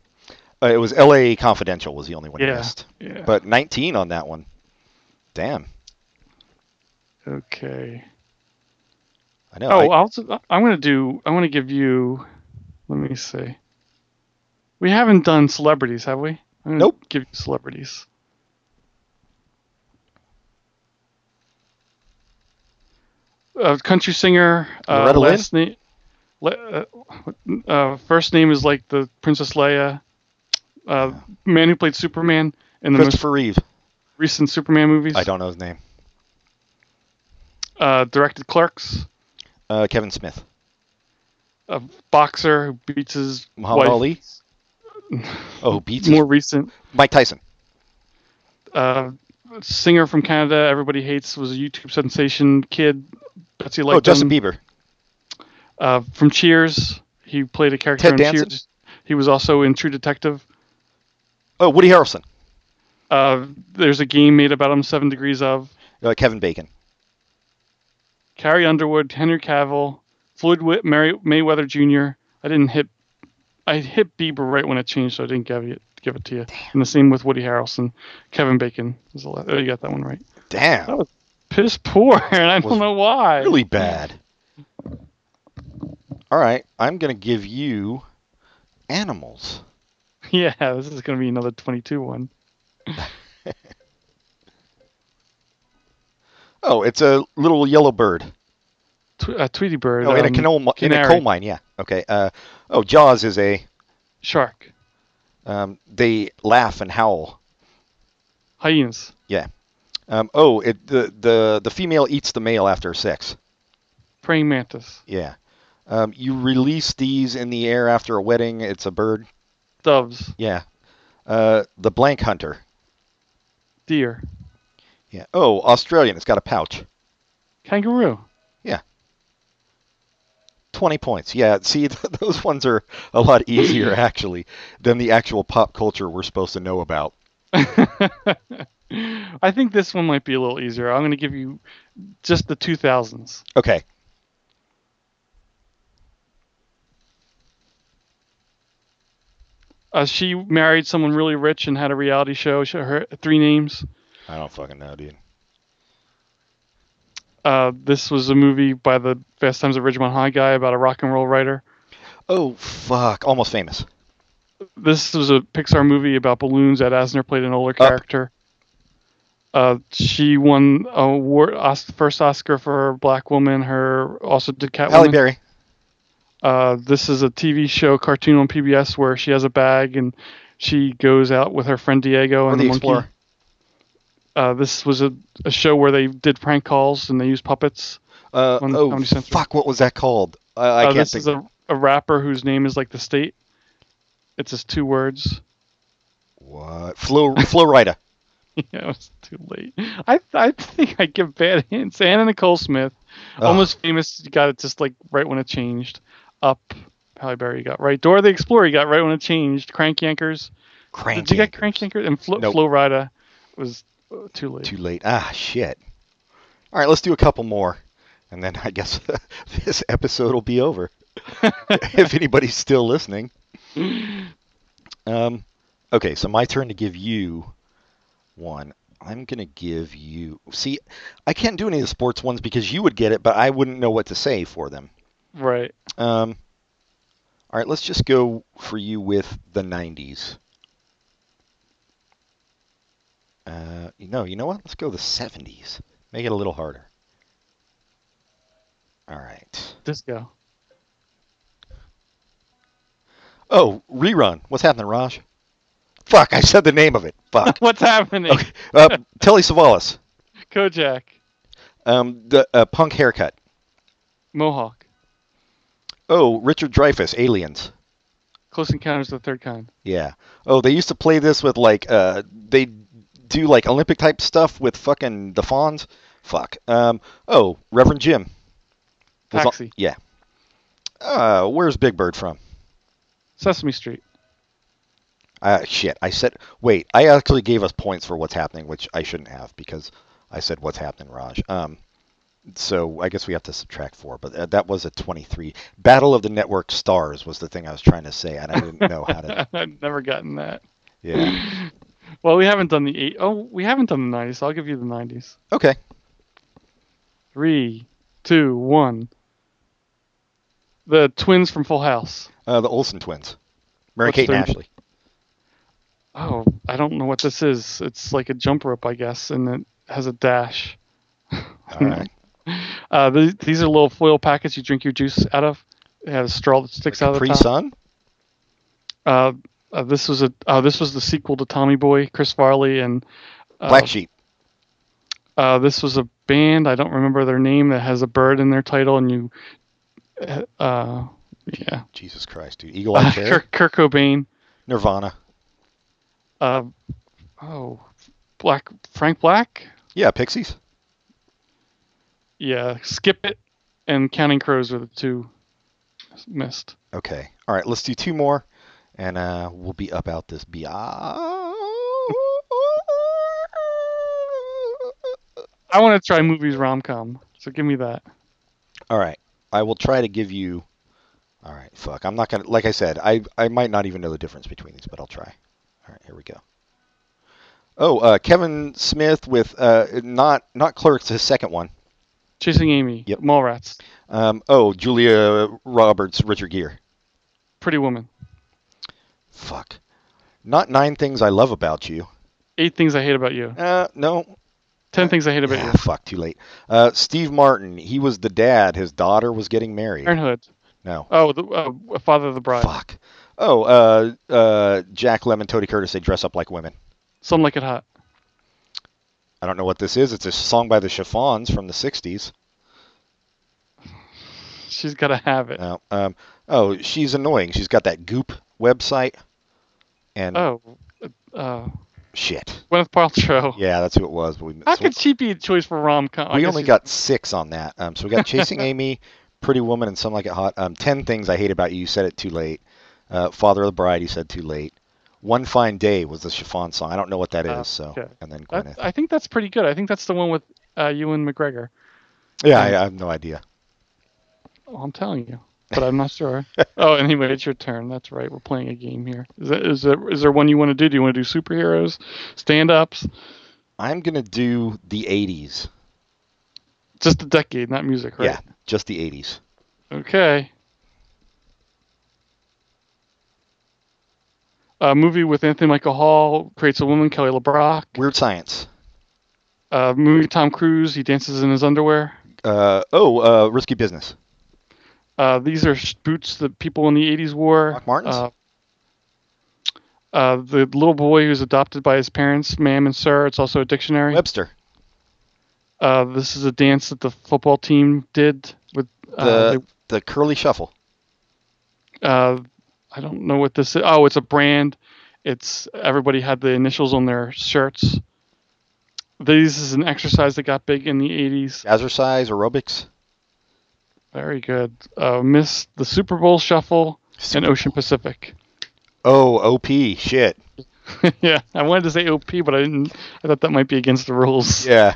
Speaker 2: Uh, it was L.A. Confidential was the only one he
Speaker 3: Yeah.
Speaker 2: missed.
Speaker 3: Yeah.
Speaker 2: But 19 on that one. Damn.
Speaker 3: okay.
Speaker 2: I know.
Speaker 3: Oh,
Speaker 2: I-
Speaker 3: I'll, I'm going to do. I want to give you. Let me see. We haven't done celebrities, have we? I'm gonna
Speaker 2: Nope.
Speaker 3: Give you celebrities. Uh, country singer. Uh,
Speaker 2: Loretta Lynn?
Speaker 3: last name. Le, uh, uh, first name is like the Princess Leia. Uh, man who played Superman in the most
Speaker 2: Christopher Reeve.
Speaker 3: recent Superman movies.
Speaker 2: I don't know his name.
Speaker 3: Uh, directed Clerks.
Speaker 2: Uh, Kevin Smith.
Speaker 3: A boxer who beats his
Speaker 2: Muhammad
Speaker 3: wife.
Speaker 2: Ali. Oh, beats
Speaker 3: More recent.
Speaker 2: Mike Tyson.
Speaker 3: uh, singer from Canada, everybody hates, was a YouTube sensation kid. Betsy
Speaker 2: oh,
Speaker 3: liked
Speaker 2: Justin
Speaker 3: him.
Speaker 2: Bieber.
Speaker 3: Uh, from Cheers, he played a character
Speaker 2: Ted
Speaker 3: in
Speaker 2: Danson?
Speaker 3: Cheers. He was also in True Detective.
Speaker 2: Oh, Woody Harrelson.
Speaker 3: Uh, there's a game made about him, Seven Degrees of.
Speaker 2: Uh, Kevin Bacon.
Speaker 3: Carrie Underwood, Henry Cavill, Floyd Whit, Mary, Mayweather Jr. I didn't hit. I hit Bieber right when it changed, so I didn't give it give it to you. And the same with Woody Harrelson, Kevin Bacon. Was the last, oh, you got that one right.
Speaker 2: Damn.
Speaker 3: That was piss poor, *laughs* and I
Speaker 2: Was
Speaker 3: don't know why.
Speaker 2: really bad. All right, I'm gonna give you animals.
Speaker 3: *laughs* Yeah, this is going to be another 22 one.
Speaker 2: Oh, it's a little yellow bird.
Speaker 3: Tw- uh, Tweety Bird.
Speaker 2: Oh, in a
Speaker 3: um,
Speaker 2: coal mi- in a
Speaker 3: canary.
Speaker 2: coal mine. Yeah. Okay. Uh, oh, Jaws is a.
Speaker 3: Shark.
Speaker 2: Um, they laugh and howl.
Speaker 3: Hyenas.
Speaker 2: Yeah. Um, oh, it the the the female eats the male after sex.
Speaker 3: Praying mantis.
Speaker 2: Yeah. Um, you release these in the air after a wedding. It's a bird.
Speaker 3: Doves.
Speaker 2: Yeah. Uh, the blank hunter.
Speaker 3: Deer.
Speaker 2: Yeah. Oh, Australian. It's got a pouch.
Speaker 3: Kangaroo. *laughs*
Speaker 2: Twenty points. Yeah. See, *laughs* those ones are a lot *laughs* easier actually than the actual pop culture we're supposed to know about.
Speaker 3: I think this one might be a little easier. I'm going to give you just the 2000s.
Speaker 2: Okay.
Speaker 3: Uh, she married someone really rich and had a reality show. She, her three names.
Speaker 2: I don't fucking know, dude.
Speaker 3: Uh, this was a movie by the Fast Times at Ridgemont High guy about a rock and roll writer.
Speaker 2: Oh fuck! Almost famous.
Speaker 3: this was a Pixar movie about balloons. Ed Asner played an older character. Uh, she won a award, Os- first Oscar for Black Woman. Her also did
Speaker 2: Halle
Speaker 3: Catwoman.
Speaker 2: Berry.
Speaker 3: Uh, this is a TV show cartoon on PBS where she has a bag and she goes out with her friend Diego
Speaker 2: Or
Speaker 3: and
Speaker 2: the
Speaker 3: the, monkey.
Speaker 2: Explorer.
Speaker 3: Uh, this was a, a show where they did prank calls and they used puppets.
Speaker 2: Uh,
Speaker 3: on
Speaker 2: oh,
Speaker 3: Comedy Central.
Speaker 2: fuck, what was that called? I, I
Speaker 3: uh,
Speaker 2: can't
Speaker 3: this
Speaker 2: think.
Speaker 3: is a, a rapper whose name is like the state. It's just two words.
Speaker 2: What? Flo, Flo
Speaker 3: *laughs*
Speaker 2: Rida.
Speaker 3: Yeah, it's too late. I I think I give bad hints. Anna Nicole Smith,
Speaker 2: Oh.
Speaker 3: almost famous, you got it just like right when it changed. Up, Halle Berry you got right. Dora the Explorer you got right when it changed. Crank Yankers.
Speaker 2: Crank.
Speaker 3: Did you get Crank Yankers? And Flo,
Speaker 2: Nope.
Speaker 3: Flo Rida was uh, too late.
Speaker 2: Too late. Ah, shit. All right, let's do a couple more, and then I guess *laughs* this episode will be
Speaker 3: *laughs*
Speaker 2: over. if anybody's still listening. Um, okay, so my turn to give you one. I'm gonna give you. See, I can't do any of the sports ones because you would get it, but I wouldn't know what to say for them.
Speaker 3: Right.
Speaker 2: Um, all right, let's just go for you with the 90s. Uh, you know, you know what? Let's go the 70s. Make it a little harder. All right.
Speaker 3: Disco.
Speaker 2: Oh, rerun. What's happening, Raj? Fuck, I said the name of it.
Speaker 3: *laughs*
Speaker 2: Fuck.
Speaker 3: *laughs* What's happening?
Speaker 2: okay. Uh, Telly Savalas.
Speaker 3: Kojak.
Speaker 2: Um, the uh, punk haircut.
Speaker 3: Mohawk.
Speaker 2: Oh, Richard Dreyfuss, Aliens.
Speaker 3: Close Encounters of the Third Kind.
Speaker 2: Yeah. Oh, they used to play this with like uh they do like Olympic type stuff with fucking the Fonz. Fuck. Um oh, Reverend Jim. Was on-
Speaker 3: Taxi.
Speaker 2: yeah. Uh where's Big Bird from?
Speaker 3: Sesame Street. *laughs*
Speaker 2: Uh shit. I said wait, I actually gave us points for what's happening, which I shouldn't have because I said what's happening, Raj. Um so I guess we have to subtract 4, but uh, that was a 23. Battle of the Network Stars was the thing I was trying to say and I didn't know how
Speaker 3: *laughs*
Speaker 2: to
Speaker 3: I've never gotten that.
Speaker 2: Yeah.
Speaker 3: Well, we haven't done the eight oh we haven't done the 90s. So I'll give you the 90s.
Speaker 2: Okay.
Speaker 3: Three, two, one. The twins from Full House.
Speaker 2: Uh the Olsen twins. Mary
Speaker 3: What's
Speaker 2: Kate and
Speaker 3: their-
Speaker 2: Ashley.
Speaker 3: Oh, I don't know what this is. It's like a jump rope, I guess, and it has a dash.
Speaker 2: All right.
Speaker 3: Uh, th- these are little foil packets you drink your juice out of. It has a straw that sticks out of the
Speaker 2: Capri
Speaker 3: top.
Speaker 2: Sun?
Speaker 3: Uh, uh, this was a uh, this was the sequel to Tommy Boy, Chris Farley, and uh,
Speaker 2: Black Sheep.
Speaker 3: Uh, this was a band I don't remember their name that has a bird in their title, and you, uh, yeah,
Speaker 2: Jesus Christ, dude. Eagle
Speaker 3: *laughs*
Speaker 2: Eye Cherry.
Speaker 3: Kirk, Kurt Cobain,
Speaker 2: Nirvana.
Speaker 3: uh, oh, Black Frank Black,
Speaker 2: Yeah, Pixies.
Speaker 3: yeah, Skip It, and Counting Crows were the two missed.
Speaker 2: Okay. All right, let's do two more, and uh, we'll be up out this bi. All
Speaker 3: I want to try movies rom com, so give me that.
Speaker 2: right. I will try to give you. All right, fuck. I'm not going to. Like I said, I, I might not even know the difference between these, but I'll try. All right, here we go. Oh, uh, Kevin Smith with uh, not not Clerks, his second one.
Speaker 3: Chasing Amy,
Speaker 2: Yep.
Speaker 3: Mallrats,
Speaker 2: Um, oh, Julia Roberts, Richard Gere.
Speaker 3: Pretty Woman,
Speaker 2: Fuck. Not nine things I love about you.
Speaker 3: Eight Things I Hate About You,
Speaker 2: Uh, no.
Speaker 3: Ten Things I Hate About
Speaker 2: Ah,
Speaker 3: You,
Speaker 2: fuck, too late. Uh, Steve Martin. He was the dad. His daughter was getting married.
Speaker 3: Parenthood.
Speaker 2: No.
Speaker 3: Oh, the uh, Father of the Bride.
Speaker 2: Fuck. Oh, uh, uh, Jack Lemon, Tony Curtis. They dress up like women.
Speaker 3: Some Like It Hot.
Speaker 2: I don't know what this is. It's a song by the Chiffons from the '60s.
Speaker 3: She's gotta have it.
Speaker 2: No. Um, oh, she's annoying. She's got that Goop website. And
Speaker 3: Oh, uh,
Speaker 2: shit.
Speaker 3: Gwyneth Paltrow.
Speaker 2: Yeah, that's who it was. But we
Speaker 3: How
Speaker 2: so-
Speaker 3: could she be a choice for rom com?
Speaker 2: we only got six on that. Um, so we got Chasing Amy, Pretty Woman, and Some Like It Hot. Um, Ten Things I Hate About You. You said it too late. Uh, Father of the Bride. You said too late. One Fine Day was the chiffon song. I don't know what that is.
Speaker 3: Oh,
Speaker 2: so
Speaker 3: okay.
Speaker 2: and then Gwyneth.
Speaker 3: That, I think that's pretty good. I think that's the one with uh, Ewan McGregor.
Speaker 2: yeah, I, I have no idea.
Speaker 3: Oh, I'm telling you, but I'm not sure. oh, anyway, it's your turn. That's right. We're playing a game here. Is that, is there, is there one you want to do? Do you want to do superheroes, stand ups,
Speaker 2: I'm gonna do the 80s.
Speaker 3: just the decade, not music, right?
Speaker 2: Yeah, just the 80s.
Speaker 3: Okay. a movie with Anthony Michael Hall creates a woman, Kelly LeBrock.
Speaker 2: Weird Science.
Speaker 3: A movie with Tom Cruise, he dances in his underwear.
Speaker 2: Uh, oh, uh, Risky Business.
Speaker 3: Uh, these are sh- boots that people in the 80s wore.
Speaker 2: Doc Martens?
Speaker 3: Uh, uh, the little boy who's adopted by his parents, ma'am and sir. It's also a dictionary.
Speaker 2: Webster.
Speaker 3: Uh, this is a dance that the football team did with. Uh,
Speaker 2: The
Speaker 3: they-
Speaker 2: the Curly Shuffle.
Speaker 3: uh, I don't know what this is. Oh, it's a brand. It's everybody had the initials on their shirts. This is an exercise that got big in the 80s.
Speaker 2: Jazzercise, aerobics.
Speaker 3: Very good. Uh, Miss the Super Bowl Shuffle and Ocean Pacific.
Speaker 2: Oh, OP. Shit.
Speaker 3: *laughs* yeah, I wanted to say OP, but I didn't. I thought that might be against the rules.
Speaker 2: Yeah.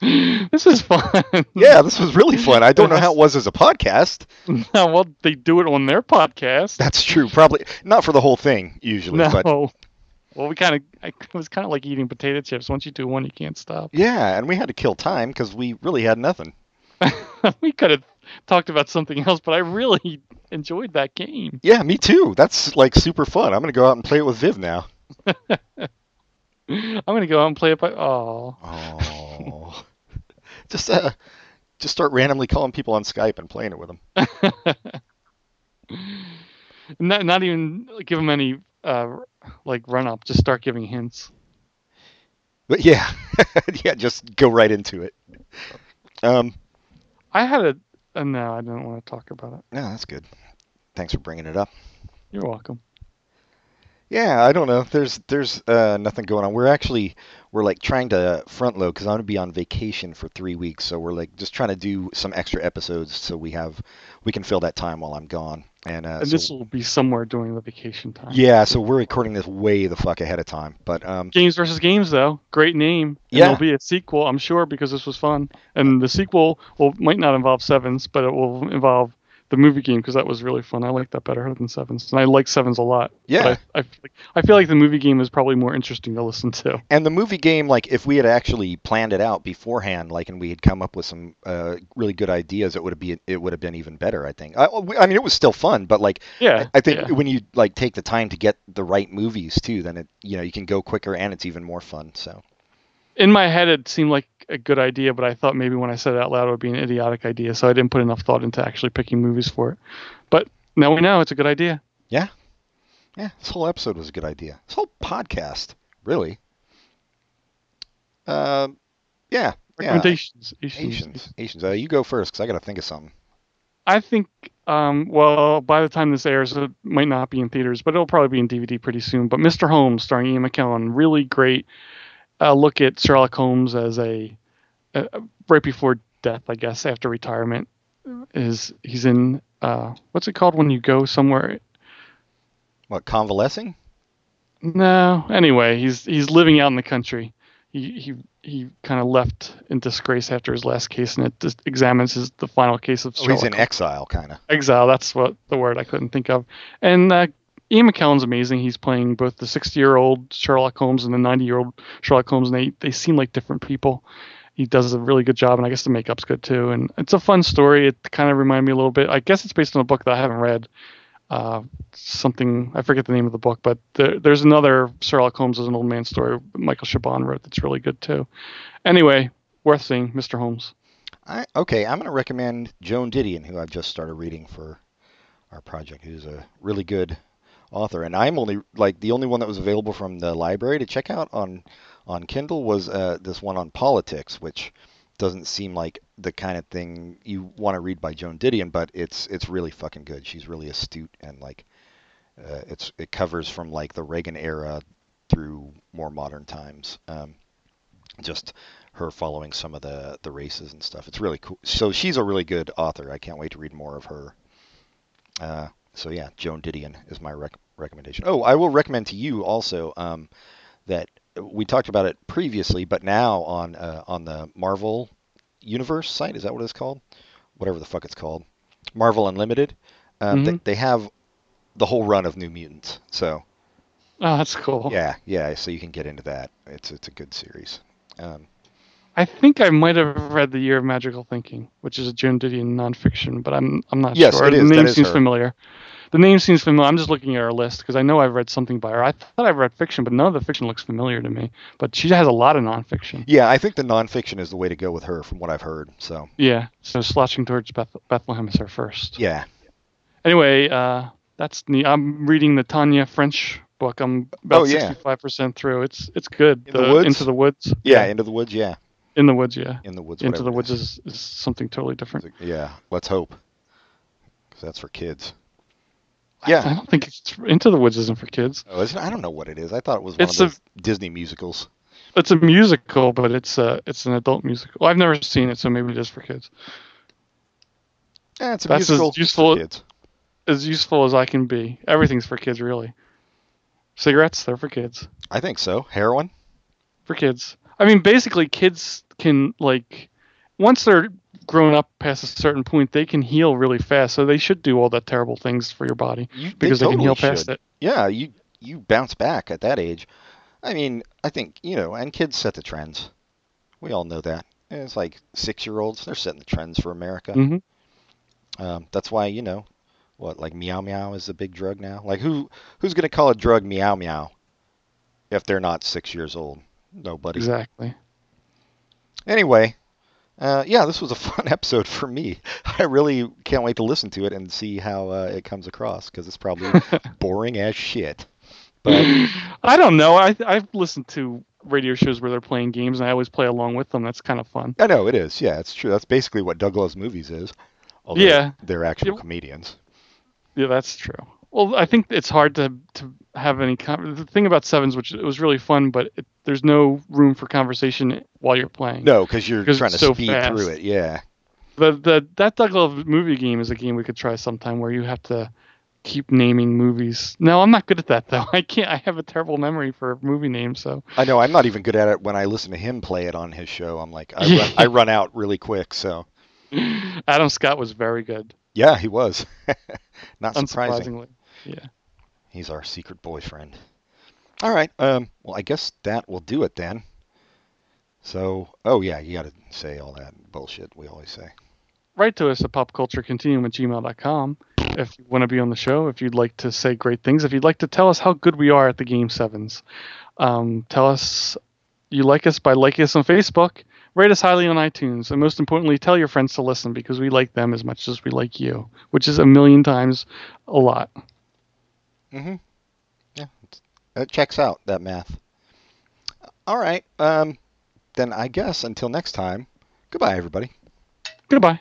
Speaker 3: *laughs* This is fun.
Speaker 2: *laughs*
Speaker 3: *laughs*
Speaker 2: Yeah, this was really fun. I don't know how it was as a podcast.
Speaker 3: well, they do it on their
Speaker 2: *laughs*
Speaker 3: podcast.
Speaker 2: That's true. Probably not for the whole thing usually,
Speaker 3: No.
Speaker 2: but
Speaker 3: Well, we kind of. It was kind of like eating potato chips. Once you do one, you can't stop. *laughs*
Speaker 2: yeah, and we had to kill time because we really had nothing.
Speaker 3: we could have talked about something else, but I really enjoyed that game.
Speaker 2: Yeah, me too. That's like super fun. I'm gonna go out and play it with Viv now.
Speaker 3: I'm gonna go out and play it by. Oh,
Speaker 2: Oh, *laughs* just uh, just start randomly calling people on Skype and playing it with them.
Speaker 3: *laughs* not not even give them any uh like run up. Just start giving hints.
Speaker 2: But yeah, *laughs* yeah, just go right into it. Um,
Speaker 3: I had a. Uh, no, I didn't want to talk about it.
Speaker 2: no, that's good. Thanks for bringing it up.
Speaker 3: You're welcome.
Speaker 2: Yeah, I don't know. There's there's uh, nothing going on. We're actually we're like trying to front load because I'm gonna be on vacation for three weeks, so we're like just trying to do some extra episodes so we have we can fill that time while I'm gone. And, uh,
Speaker 3: And
Speaker 2: so-
Speaker 3: this will be somewhere during the vacation time.
Speaker 2: yeah, so we're recording this way the fuck ahead of time. But um,
Speaker 3: Games versus games, though. Great name. And
Speaker 2: Yeah.
Speaker 3: There'll be a sequel, I'm sure, because this was fun. And the sequel will might not involve Sevens, but it will involve the movie game because that was really fun. I like that better than Sevens, and I like Sevens a lot. But
Speaker 2: Yeah.
Speaker 3: I, I, feel like- I feel like the movie game is probably more interesting to listen to.
Speaker 2: And the movie game, like if we had actually planned it out beforehand, like and we had come up with some uh, really good ideas, it would have been it would have been even better. I think. I, I mean, it was still fun, but like
Speaker 3: Yeah.
Speaker 2: I think
Speaker 3: yeah.
Speaker 2: when you like take the time to get the right movies too, then it you know you can go quicker and it's even more fun. So
Speaker 3: in my head it seemed like a good idea, but I thought maybe when I said it out loud it would be an idiotic idea, so I didn't put enough thought into actually picking movies for it. But now we know it's a good idea.
Speaker 2: yeah, this whole episode was a good idea. This whole podcast, really. Um, yeah, yeah.
Speaker 3: Recommendations. issues.
Speaker 2: Asians, Asians. Uh, you go first because I got to think of something.
Speaker 3: I think, um, well, by the time this airs, it might not be in theaters, but it'll probably be in DVD pretty soon. But Mr. Holmes, starring Ian McKellen, really great uh, look at Sherlock Holmes as a, uh right before death, I guess, after retirement. Is he's in uh, what's it called when you go somewhere?
Speaker 2: What convalescing?
Speaker 3: No, anyway, he's he's living out in the country. He he he kind of left in disgrace after his last case, and it just examines his, the final case of.
Speaker 2: Oh, he's
Speaker 3: Sherlock
Speaker 2: in exile, kind of.
Speaker 3: exile that's what the word i couldn't think of and uh, ian mckellen's amazing he's playing both the 60 year old sherlock holmes and the 90 year old sherlock holmes and they, they seem like different people he does a really good job and i guess the makeup's good too and it's a fun story it kind of reminded me a little bit i guess it's based on a book that i haven't read uh, something i forget the name of the book but there, there's another sherlock holmes as an old man story that michael chabon wrote that's really good too anyway worth seeing mr holmes
Speaker 2: I, okay, I'm going to recommend Joan Didion, who I've just started reading for our project, who's a really good author. And I'm only like the only one that was available from the library to check out on on Kindle was uh, this one on politics, which doesn't seem like the kind of thing you want to read by Joan Didion, but it's it's really fucking good. She's really astute and like uh, it's it covers from like the Reagan era through more modern times. Um, just her following some of the the races and stuff. It's really cool. So she's a really good author. I can't wait to read more of her. Uh, so yeah, Joan Didion is my rec- recommendation. Oh, I will recommend to you also um, that we talked about it previously, but now on uh, on the Marvel Universe site is that what it's called? Whatever the fuck it's called, Marvel Unlimited. Um, they,
Speaker 3: Mhm.
Speaker 2: they have the whole run of New Mutants. So
Speaker 3: oh that's cool
Speaker 2: yeah, yeah. So you can get into that. It's it's a good series. Um,
Speaker 3: I think I might have read The Year of Magical Thinking, which is a Joan Didion nonfiction, but I'm I'm not
Speaker 2: Yes,
Speaker 3: sure.
Speaker 2: it is.
Speaker 3: The
Speaker 2: That
Speaker 3: name
Speaker 2: is
Speaker 3: seems
Speaker 2: her.
Speaker 3: familiar. the name seems familiar. I'm just looking at her list because I know I've read something by her. I thought I've read fiction, but none of the fiction looks familiar to me. But she has a lot of nonfiction.
Speaker 2: Yeah, I think the nonfiction is the way to go with her, from what I've heard. So
Speaker 3: Yeah, so Slouching Towards Beth- Bethlehem is her first.
Speaker 2: yeah,
Speaker 3: Anyway, uh, that's neat. I'm reading the Tanya French book. I'm about
Speaker 2: Oh, yeah.
Speaker 3: 65% through. It's it's good.
Speaker 2: In the Woods?
Speaker 3: Into the Woods.
Speaker 2: yeah, into the woods. Yeah,
Speaker 3: In the Woods, yeah.
Speaker 2: in the woods.
Speaker 3: Into the
Speaker 2: whatever it
Speaker 3: Woods
Speaker 2: is.
Speaker 3: is, is something totally different.
Speaker 2: Yeah, let's hope. 'Cause that's for kids.
Speaker 3: I
Speaker 2: Yeah.
Speaker 3: don't think it's, Into the Woods isn't for kids.
Speaker 2: Oh, isn't, I don't know what it is. I thought it was one
Speaker 3: It's a-
Speaker 2: of those Disney musicals.
Speaker 3: It's a musical, but it's a, it's an adult musical. I've never seen it, so maybe it is for kids.
Speaker 2: Eh, it's a
Speaker 3: That's as
Speaker 2: musical for
Speaker 3: useful-
Speaker 2: kids.
Speaker 3: As useful as I can be. Everything's for kids, really. Cigarettes, they're for kids.
Speaker 2: I think so. Heroin.
Speaker 3: for kids. I mean, basically, kids can like once they're grown up past a certain point, they can heal really fast. So they should do all the terrible things for your body
Speaker 2: You,
Speaker 3: because they,
Speaker 2: totally
Speaker 3: can heal past
Speaker 2: should.
Speaker 3: it.
Speaker 2: Yeah, you you bounce back at that age. I mean, I think you know, and kids set the trends. We all know that. And it's like six-year-olds; they're setting the trends for America.
Speaker 3: Mhm.
Speaker 2: Um, that's why you know, what like meow meow is the big drug now. Like who who's gonna call a drug meow meow if they're not six years old? Nobody.
Speaker 3: Exactly.
Speaker 2: Anyway, uh, yeah, this was a *laughs* fun episode for me. I really can't wait to listen to it and see how uh, it comes across because it's probably boring as shit. But
Speaker 3: I don't know. I I've listened to radio shows where they're playing games, and I always play along with them. That's kind of fun.
Speaker 2: I know it is. Yeah, it's true. That's basically what Douglas movies is. Although
Speaker 3: Yeah.
Speaker 2: they're actual
Speaker 3: Yeah.
Speaker 2: comedians.
Speaker 3: Yeah, that's true. Well, I think it's hard to to have any con- the thing about sevens, which it was really fun, but it, there's no room for conversation while you're playing.
Speaker 2: No, because you're
Speaker 3: 'Cause
Speaker 2: trying to
Speaker 3: it's so
Speaker 2: speed through
Speaker 3: fast.
Speaker 2: it. Yeah,
Speaker 3: The the that Douglas movie game is a game we could try sometime where you have to keep naming movies. No, I'm not good at that though. *laughs* I can't. I have a terrible memory for movie names. So
Speaker 2: I know. I'm not even good at it. When I listen to him play it on his show, I'm like, I run, I run out really quick. So
Speaker 3: Adam Scott was very good,
Speaker 2: yeah, he was. *laughs* not surprising.
Speaker 3: unsurprisingly. Yeah.
Speaker 2: He's our secret boyfriend. All right. Um, well, I guess that will do it then. So, oh yeah, you got to say all that bullshit we always say.
Speaker 3: Write to us at popculturecontinuum at gmail.com if you want to be on the show, if you'd like to say great things, if you'd like to tell us how good we are at the Game Sevens. Um, tell us you like us by liking us on Facebook, rate us highly on iTunes, and most importantly, tell your friends to listen because we like them as much as we like you, which is a million times a lot.
Speaker 2: Mm-hmm. Yeah, it's- it checks out that math. All right. Um, then I guess until next time. Goodbye, everybody.
Speaker 3: Goodbye.